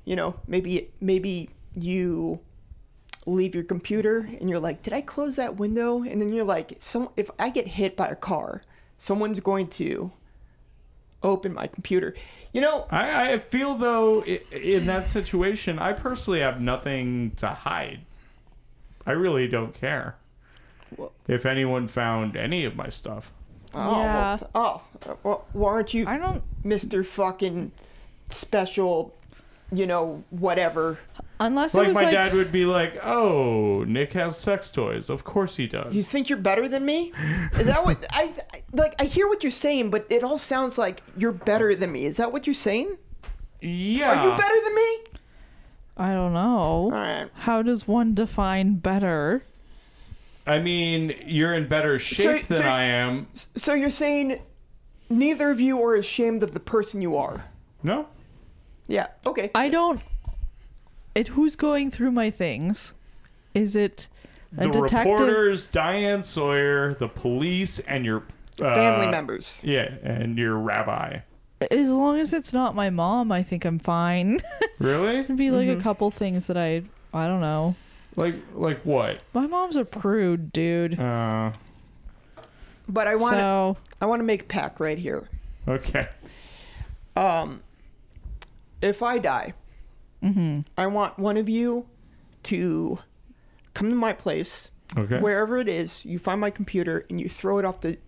S2: you know, maybe maybe you leave your computer and you're like, did I close that window? And then you're like, some if I get hit by a car, someone's going to open my computer. You know,
S3: I, I feel though i- in that situation, I personally have nothing to hide. I really don't care
S2: Well-
S3: if anyone found any of my stuff.
S2: oh,
S4: Yeah.
S2: well, oh, well, why aren't you
S4: I don't.
S2: Mr. fucking special, you know, whatever?
S4: Unless it
S3: like
S4: was
S3: my
S4: like.
S3: dad would be like, "Oh, Nick has sex toys. Of course he does."
S2: You think you're better than me? Is that what I, I like? I hear what you're saying, but it all sounds like you're better than me. Is that what you're saying?
S3: yeah.
S2: Are you better than me?
S4: I don't know.
S2: All right.
S4: How does one define better?
S3: I mean, you're in better shape
S2: So-
S3: than
S2: so-
S3: I am.
S2: So you're saying neither of you are ashamed of the person you are?
S3: No.
S2: Yeah. Okay.
S4: I don't. It who's going through my things? Is it a
S3: the
S4: detective?
S3: reporters, Diane Sawyer, the police, and your uh,
S2: Family members.
S3: Yeah, and your rabbi.
S4: As long as it's not my mom, I think I'm fine. *laughs*
S3: Really?
S4: It'd be like a couple things that I I don't know.
S3: Like, like what?
S4: My mom's a prude, dude.
S3: Uh,
S2: But I want to.
S4: so
S2: I want to make a pack right here.
S3: okay.
S2: Um, if I die, I want one of you to come to my place,
S3: Okay.
S2: wherever it is. You find my computer and you throw it off the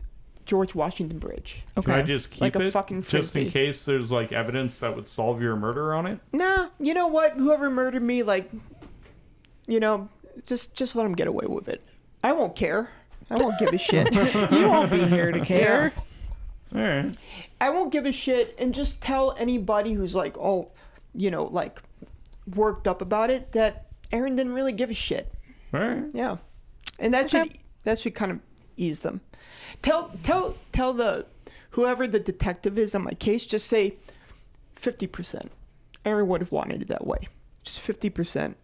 S2: George Washington Bridge.
S3: Can
S4: okay.
S3: I just keep
S2: Like a
S3: it
S2: fucking
S3: just in
S2: frisbee.
S3: case there's like evidence that would solve your murder on it?
S2: Nah, you know what? Whoever murdered me, like, you know, just just let him get away with it. I won't care. I won't give a shit.
S4: you won't be here
S3: *laughs*
S4: to care.
S3: All right.
S2: I won't give a shit and just tell anybody who's like all, you know, like worked up about it that Aaron didn't really give a shit.
S3: All right.
S2: Yeah. And that
S4: Okay.
S2: should that should kind of ease them. Tell tell tell the whoever the detective is on my case just say 50%. Aaron would have wanted it that way. Just 50%.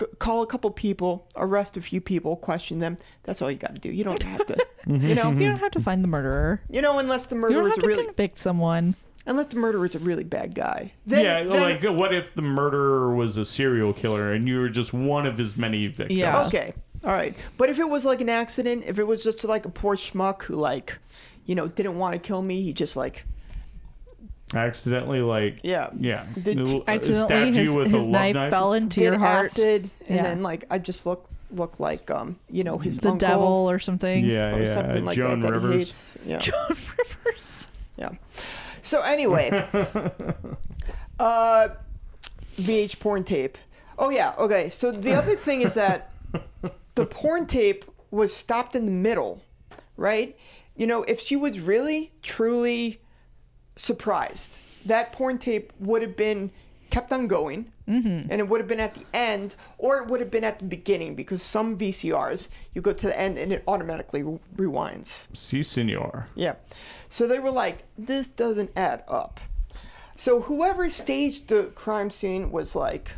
S2: C- Call a couple people, arrest a few people, question them. That's all you got to do. You don't have
S4: *laughs*
S2: to, you know,
S4: You don't
S3: Mm-hmm.
S4: have to find the murderer.
S2: you know, unless the
S4: You don't
S2: murderer's
S4: have
S2: a
S4: to
S2: really
S4: convict someone.
S2: Unless the murderer's a really bad guy. Then,
S3: yeah,
S2: then-
S3: like what if the murderer was a serial killer and you were just one of his many victims?
S4: Yeah.
S2: Okay, all right. But if it was like an accident, if it was just like a poor schmuck who like, you know, didn't want to kill me, he just like,
S3: Accidentally, like
S2: yeah,
S3: yeah, uh,
S2: Did-
S3: l-
S4: Accidentally, his, his knife, fell into
S2: did
S4: your heart.
S2: acid, and
S4: Yeah.
S2: then like I just look look like um, you know, his
S4: the
S2: uncle
S4: devil or something.
S3: Yeah,
S2: or
S3: yeah.
S2: something like
S3: Joan
S2: that. that he
S3: Rivers.
S2: hates. Yeah,
S4: *laughs* John Rivers.
S2: yeah. So anyway, uh, VH porn tape. Oh yeah. Okay. So the other thing is that the porn tape was stopped in the middle, right? You know, if she was really truly surprised, that porn tape would have been kept on going. And it would have been at the end, or it would have been at the beginning, because some VCRs you go to the end and it automatically re- rewinds.
S3: Si, senor.
S2: Yeah. So they were like, this doesn't add up. So whoever staged the crime scene was like,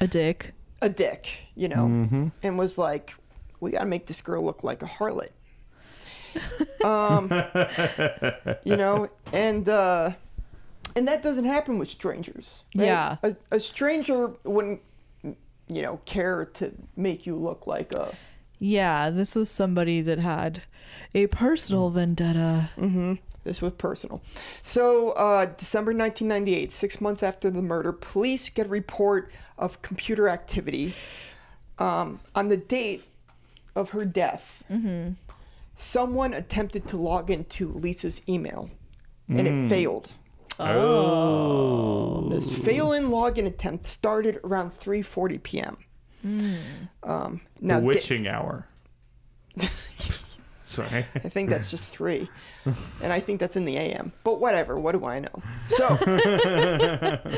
S4: A dick.
S2: a dick, you know, and was like, "We got to make this girl look like a harlot." Um, you know, and uh, and that doesn't happen with strangers. right?
S4: Yeah.
S2: a, a stranger wouldn't, you know, care to make you look like a.
S4: Yeah, this was somebody that had a
S5: Mm.
S4: personal vendetta.
S2: This was personal. So, uh, December 1998, six months after the murder, police get a report of computer activity um, on the date of her death. Someone attempted to log into Lisa's email, and it failed.
S5: Oh.
S2: This failing login attempt started around 3:40 p.m. Um, now,
S5: The
S2: da-
S5: witching hour.
S2: *laughs*
S5: Sorry.
S2: I think that's just three. and I think that's in the AM. But whatever, what do I know? So, uh,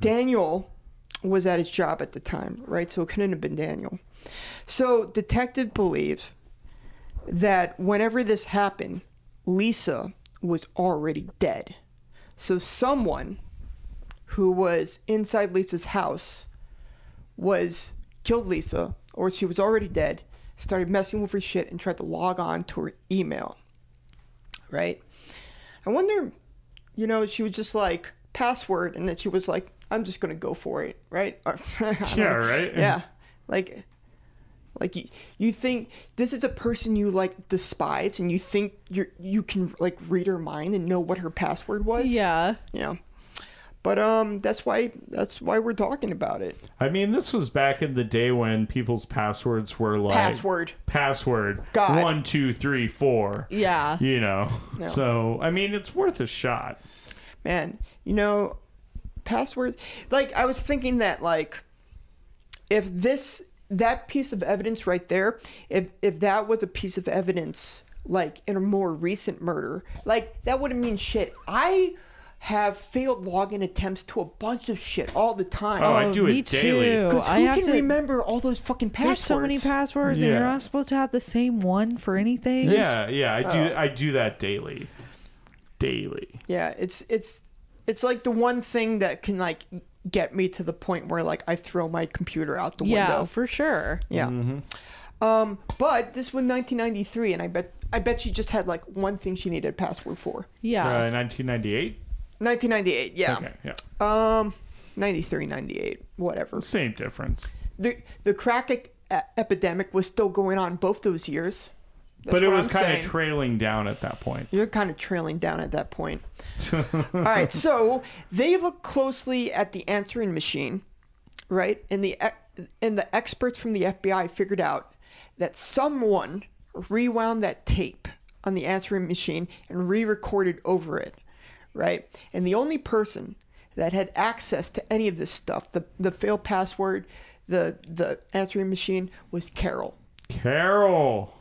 S2: Daniel was at his job at the time, right? So it couldn't have been Daniel. So, detective believes that whenever this happened, Lisa was already dead. So, someone who was inside Lisa's house was killed Lisa, or she was already dead, started messing with her shit and tried to log on to her email. Right? I wonder, you know, she was just like password, and then she was like, "I'm just gonna go for it," right? *laughs* Or- I don't
S5: Yeah,
S2: know.
S5: right?
S2: Yeah, like. Like you, you think this is a person you like despise, and you think you you can like read her mind and know what her password was.
S4: Yeah.
S2: yeah. But um, that's why that's why we're talking about it.
S5: I mean, this was back in the day when people's passwords were like
S2: Password.
S5: password
S2: God.
S5: one two three four.
S4: Yeah.
S5: You know,
S2: No.
S5: so I mean, it's worth a shot.
S2: man you know passwords like i was thinking that like if this that piece of evidence right there if if that was a piece of evidence like in a more recent murder like that wouldn't mean shit i have failed login attempts to a bunch of shit all the time
S5: Oh, I do it
S4: me
S5: daily.
S4: Too.
S2: because who
S4: I have
S2: can
S4: to,
S2: remember all those fucking passwords
S4: There's so many passwords, and
S5: Yeah.
S4: you're not supposed to have the same one for anything.
S5: Yeah, yeah, I
S4: Oh.
S5: do. I do that daily, daily.
S2: yeah it's it's it's like the one thing that can like get me to the point where like i throw my computer out the
S4: Yeah,
S2: window
S4: for sure.
S2: Yeah.
S5: Mm-hmm.
S2: Um, but this was 1993, and I bet I bet she just had like one thing she needed a password for.
S4: Yeah. Oh.
S5: Uh, 1998.
S2: 1998, yeah.
S5: Okay, yeah,
S2: Um, 93, 98, whatever.
S5: same difference.
S2: The the crack e- epidemic was still going on both those years. That's
S5: but it
S2: what
S5: was
S2: I'm
S5: kind
S2: saying.
S5: of trailing down at that point.
S2: You're kind of trailing down at that point. All right, so they look closely at the answering machine, right? And the ex- and the experts from the FBI figured out that someone rewound that tape on the answering machine and re-recorded over it, right? And the only person that had access to any of this stuff, the the failed password, the the answering machine was Carol.
S5: Carol.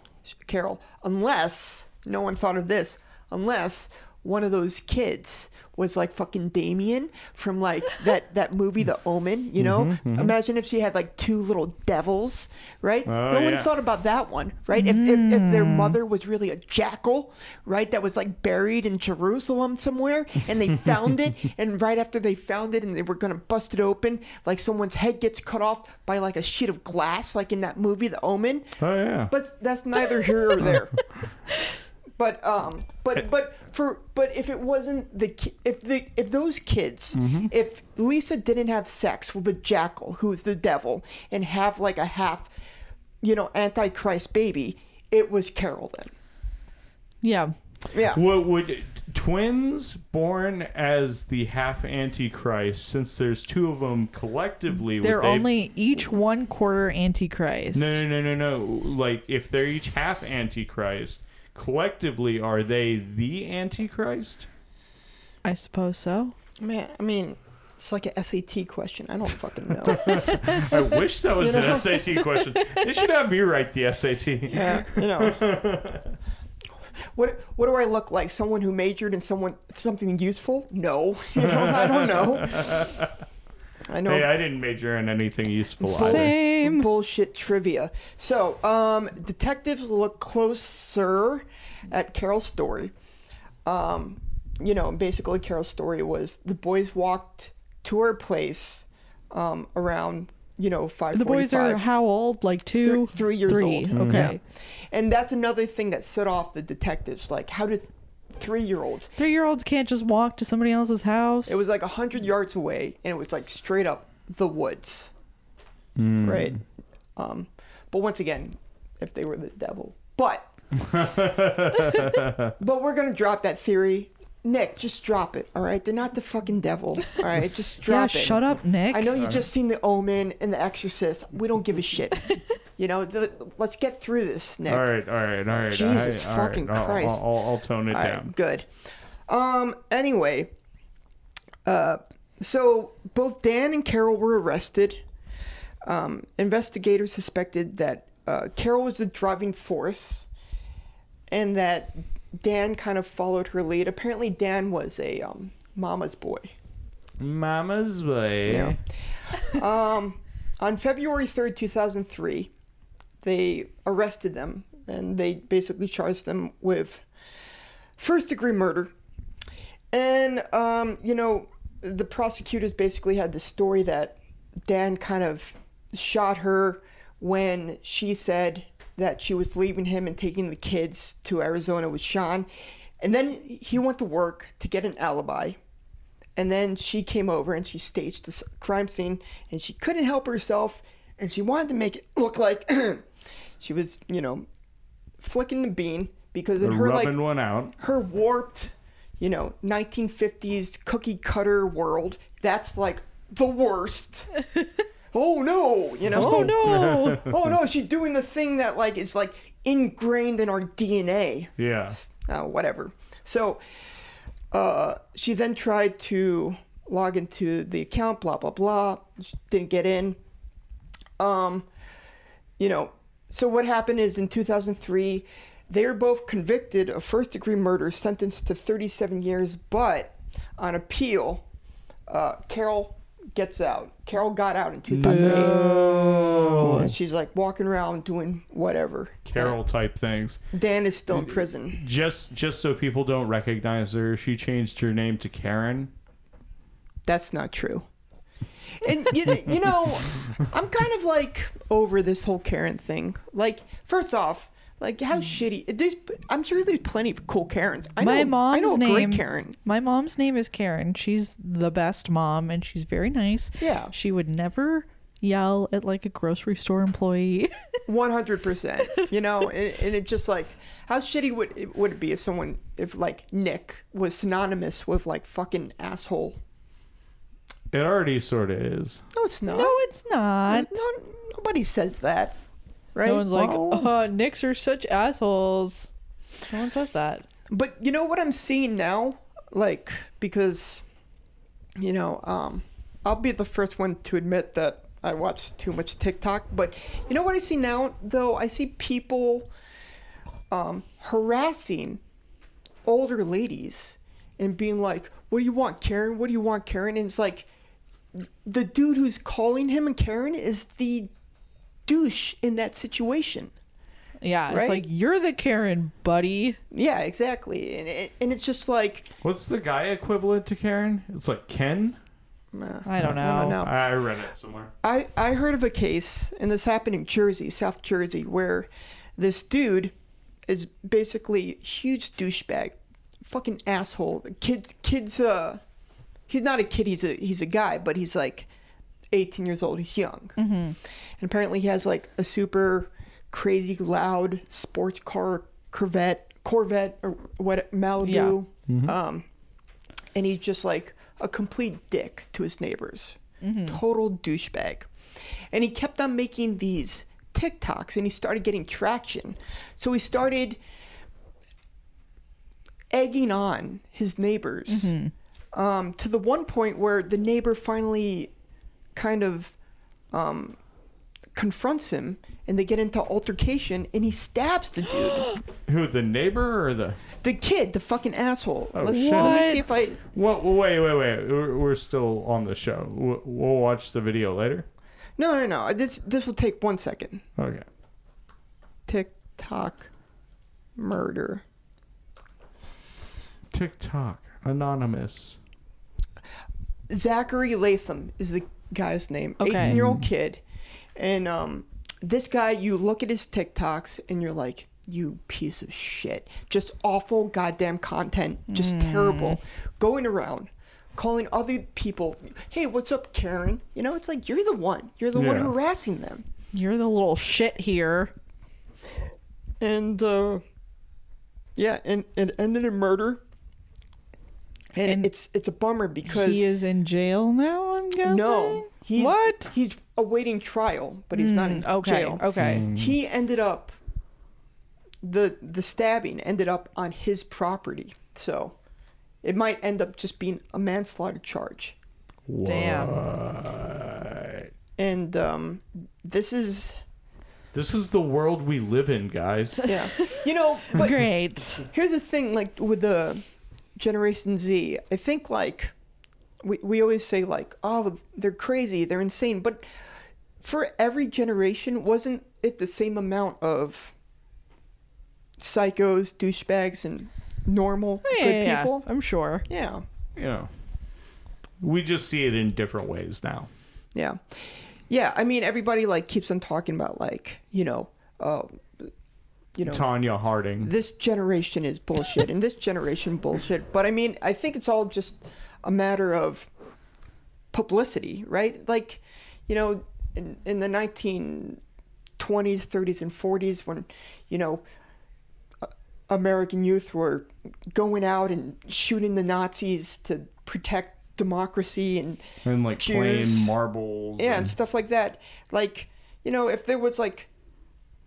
S2: Carol, unless no one thought of this, unless one of those kids was like fucking Damien
S5: *laughs*
S2: from like that that movie The Omen, you know?
S5: Mm-hmm,
S2: Imagine if she had like two little devils, right?
S5: Oh,
S2: no one
S5: yeah. Mm.
S2: thought about that one, right? If, if if their mother was really a jackal, right? That was like buried in Jerusalem somewhere and they
S5: *laughs*
S2: found it and right after they found it and they were going to bust it open, like someone's head gets cut off by like a sheet of glass like in that movie The Omen.
S5: Oh yeah.
S2: But that's neither here or there. But um, but but for but if it wasn't the ki- if the if those kids if Lisa didn't have sex with a jackal who's the devil and have like a half, you know, antichrist baby, it was Carol then.
S4: Yeah.
S2: Yeah,
S5: What would twins born as the half antichrist? Since there's two of them collectively, would
S4: They're
S5: they-
S4: only each one quarter antichrist.
S5: No, no, no, no, no. Like if they're each half antichrist, collectively are they the antichrist?
S4: I suppose so.
S2: man. I mean, it's like an SAT question. I don't fucking know.
S5: I wish that was an SAT question. They should have me write the SAT.
S2: yeah, you know. *laughs* What, what do I look like? Someone who majored in someone something useful? No, *laughs* you know, I don't know.
S4: *laughs*
S2: I know
S5: Hey, I didn't major in anything useful either.
S4: Same.
S2: bullshit trivia. So, um, detectives look closer at Carol's story. Um, you know, basically, Carol's story was the boys walked to her place um, around you know, five.
S4: The boys are how old? Like two,
S2: Three- three years
S4: Three.
S2: old.
S5: Mm-hmm.
S4: Okay,
S2: and that's another thing that set off the detectives. Like, how did three-year-olds?
S4: three-year-olds can't just walk to somebody else's house.
S2: It was like a hundred yards away, and it was like straight up the woods,
S3: Hmm.
S2: right? Um, but once again, if they were the devil,
S3: *laughs*
S2: but but we're gonna drop that theory. Nick, just drop it. All right, they're not the fucking devil. All right, just
S7: *laughs* Yeah,
S2: drop it.
S7: shut up, Nick.
S2: I know you just seen The Omen and The Exorcist. We don't give
S7: *laughs*
S2: a shit. you know, th- let's get through this, Nick.
S3: All right, all right, all right.
S2: Jesus
S3: all right,
S2: fucking
S3: I'll- I'll-
S2: Christ.
S3: I'll, I'll, tone it
S2: All right,
S3: down.
S2: good. Um. Anyway, uh, so both Dan and Carol were arrested. Um, investigators suspected that uh, Carol was the driving force, and that Dan kind of followed her lead. Apparently, Dan was a um, mama's boy.
S3: Mama's way.
S2: Yeah. um, on February 3rd, 2003, they arrested them and they basically charged them with first degree murder. And, um, you know, the prosecutors basically had the story that Dan kind of shot her when she said that she was leaving him and taking the kids to Arizona with Sean. And then he went to work to get an alibi. And then she came over and she staged this crime scene and she couldn't help herself and she wanted to make it look like *clears throat* she was, you know, flicking the bean because in
S3: They're
S2: her like
S3: rubbing one out.
S2: her warped, you know, 1950s cookie cutter world, that's like the worst. oh no, you know.
S4: Oh no!
S2: Oh no, she's doing the thing that like is like ingrained in our DNA.
S3: Yeah.
S2: Uh, whatever. So uh, she then tried to log into the account, blah blah blah. She didn't get in. Um, you know, so what happened is in 2003, they were both convicted of first degree murder, sentenced to 37 years, but on appeal, uh, Carol gets out. Carol got out in 2008. And she's like walking around doing whatever.
S3: Carol type things.
S2: Dan is still in prison.
S3: Just just so people don't recognize her, she changed her name to Karen.
S2: that's not true. And you, you know, I'm kind of like over this whole Karen thing. Like, first off, like how shitty. There's, I'm sure there's plenty of cool Karens. *laughs* I
S4: Mm. My
S2: know,
S4: mom's
S2: I know a
S4: name.
S2: great Karen.
S4: My mom's name is Karen. She's the best mom, and she's very nice.
S2: Yeah.
S4: She would never yell at like a grocery store employee. *laughs*
S2: One hundred percent. You know, and, and it just like how shitty would it would it be if someone if like Nick was synonymous with like fucking asshole?
S3: It already sort of is.
S2: No, it's not.
S4: no, it's not.
S2: no, nobody says that, right?
S4: No one's like,
S2: Oh.
S4: uh, Knicks are such assholes. No one says that.
S2: But you know what I'm seeing now, like because, you know, um, I'll be the first one to admit that I watch too much TikTok. But you know what I see now, though, I see people um, harassing older ladies and being like, "What do you want, Karen? What do you want, Karen?" And it's like, the dude who's calling him and Karen is the douche in that situation.
S4: Yeah, it's
S2: Right?
S4: like you're the Karen, buddy.
S2: Yeah, exactly. And it, and it's just like.
S3: What's the guy equivalent to Karen? It's like Ken.
S2: uh,
S4: I don't know.
S2: I don't know.
S3: I read it somewhere.
S2: I, I heard of a case, and this happened in Jersey, South Jersey, where this dude is basically a huge douchebag, fucking asshole. The kid, kid's uh, he's not a kid. He's a he's a guy, but he's like 18 years old. He's young, mm-hmm. and apparently he has like a super crazy loud sports car Corvette, Corvette or what Malibu. Um, and he's just like a complete dick to his neighbors. Total douchebag. And he kept on making these TikToks and he started getting traction. So he started egging on his neighbors um, to the one point where the neighbor finally kind of um, confronts him and they get into altercation and he stabs the dude.
S3: Who the neighbor or the?
S2: the kid, the fucking asshole.
S3: Oh,
S2: Let's-
S3: shit.
S2: Let me see if
S4: What?
S2: I.
S3: What? Wait, wait, wait. We're, we're still on the show. We'll, we'll watch the video later.
S2: No, no, no. This this will take one second.
S3: Okay.
S2: TikTok murder.
S3: TikTok anonymous.
S2: Zachary Latham is the guy's name.
S4: Okay.
S2: Eighteen year old kid. And um, this guy, you look at his TikToks and you're like, you piece of shit. Just awful goddamn content. Just terrible. Going around calling other people, hey, what's up, Karen? You know, it's like, you're the one. You're the one
S3: Yeah.
S2: harassing them.
S4: You're the little shit here.
S2: And uh, yeah, and it ended in murder. And,
S4: And
S2: it's it's a bummer because
S4: He is in jail now, I'm guessing?
S2: No. He's,
S4: What? Hmm,
S2: He's awaiting trial, but he's not in
S4: Okay.
S2: jail.
S4: Okay.
S3: Hmm.
S2: He ended up the the stabbing ended up on his property. So it might end up just being a manslaughter charge.
S4: Damn.
S2: And um this is
S3: This is the world we live
S2: *laughs*
S3: in, guys.
S2: yeah. You know, but
S4: Great.
S2: here's the thing like with the generation z i think like we, we always say like oh they're crazy they're insane but for every generation wasn't it the same amount of psychos douchebags and normal
S4: Oh, Yeah,
S2: good
S4: yeah, yeah.
S2: people
S4: I'm sure.
S2: yeah
S3: You know, we just see it in different ways now.
S2: Yeah. Yeah, I mean everybody like keeps on talking about like, you know, uh, you know,
S3: Tanya Harding.
S2: this generation is bullshit and this generation bullshit. But I mean, I think it's all just a matter of publicity, right? Like, you know, in, in the 1920s, 30s, and 40s, when, you know, uh, American youth were going out and shooting the Nazis to protect democracy and
S3: And like
S2: Jews.
S3: plain marbles.
S2: yeah, and
S3: and-
S2: stuff like that. Like, you know, if there was like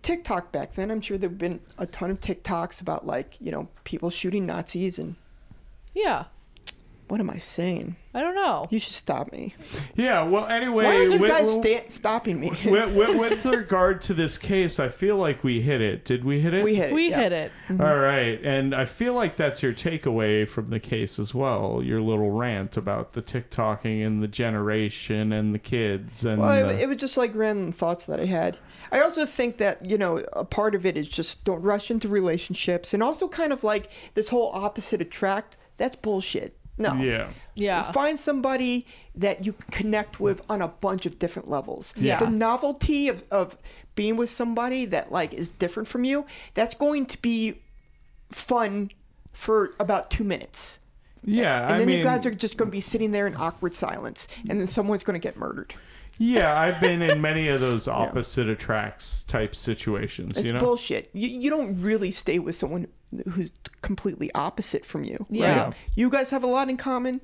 S2: TikTok back then, I'm sure there've been a ton of TikToks about like, you know, people shooting Nazis and
S8: Yeah.
S2: what am I saying?
S8: I don't know.
S2: You should stop me.
S3: yeah, well, anyway.
S2: Why aren't you
S3: wi-
S2: guys
S3: wi-
S2: sta- stopping me?
S3: with, with, with regard to this case, I feel like we hit it. Did we hit it?
S2: *laughs* we hit it.
S4: We
S2: yeah.
S4: hit it.
S2: Mm-hmm.
S3: All right, and I feel like that's your takeaway from the case as well. Your little rant about the TikToking and the generation and the kids and
S2: Well,
S3: the-
S2: it, it was just like random thoughts that I had. I also think that you know a part of it is just don't rush into relationships, and also kind of like this whole opposite attract. That's bullshit. No.
S3: yeah.
S8: Yeah.
S2: Find somebody that you connect with on a bunch of different levels.
S8: Yeah.
S2: The novelty of, of being with somebody that like is different from you, that's going to be fun for about two minutes.
S3: Yeah,
S2: And
S3: I
S2: then
S3: mean,
S2: you guys are just going to be sitting there in awkward silence, and then someone's going to get murdered.
S3: yeah. I've
S2: *laughs*
S3: been in many of those opposite attracts type situations.
S2: It's
S3: you know,
S2: bullshit. You, you don't really stay with someone who's completely opposite from you. right?
S8: Yeah.
S2: You guys have a lot in common,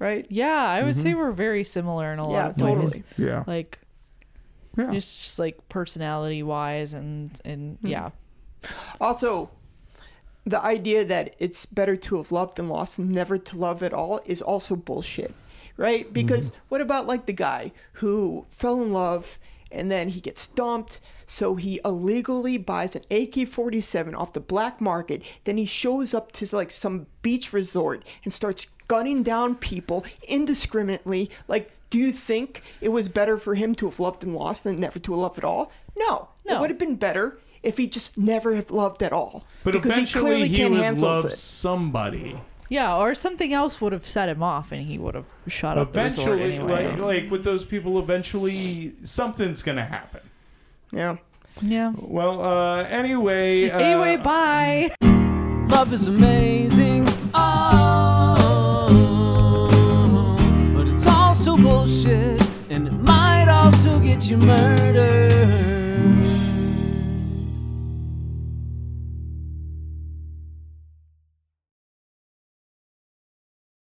S2: right?
S4: Yeah, I would
S3: Mm-hmm.
S4: say we're very similar in a lot
S2: Yeah,
S4: of ways.
S2: totally.
S3: yeah,
S4: Like
S3: yeah.
S4: just just like personality wise and and
S2: Hmm.
S4: yeah.
S2: Also, the idea that it's better to have loved and lost than never to love at all is also bullshit, right? Because what about like the guy who fell in love and then he gets dumped, so he illegally buys an AK-47 off the black market, then he shows up to like some beach resort and starts gunning down people indiscriminately. Like, do you think it was better for him to have loved and lost than never to have loved at all? No, it
S4: No.
S2: would have been better if he just never have loved at all.
S3: But
S2: because he
S3: eventually,
S2: clearly
S3: he,
S2: can't
S3: would
S2: handle
S3: love
S2: it.
S3: somebody.
S4: Yeah, or something else would have set him off and he would have shot up the resort
S3: Eventually,
S4: anyway.
S3: like like with those people, eventually something's gonna happen.
S2: Yeah.
S4: yeah.
S3: Well, uh, anyway. Uh,
S4: Anyway, bye.
S1: Love is amazing. Oh,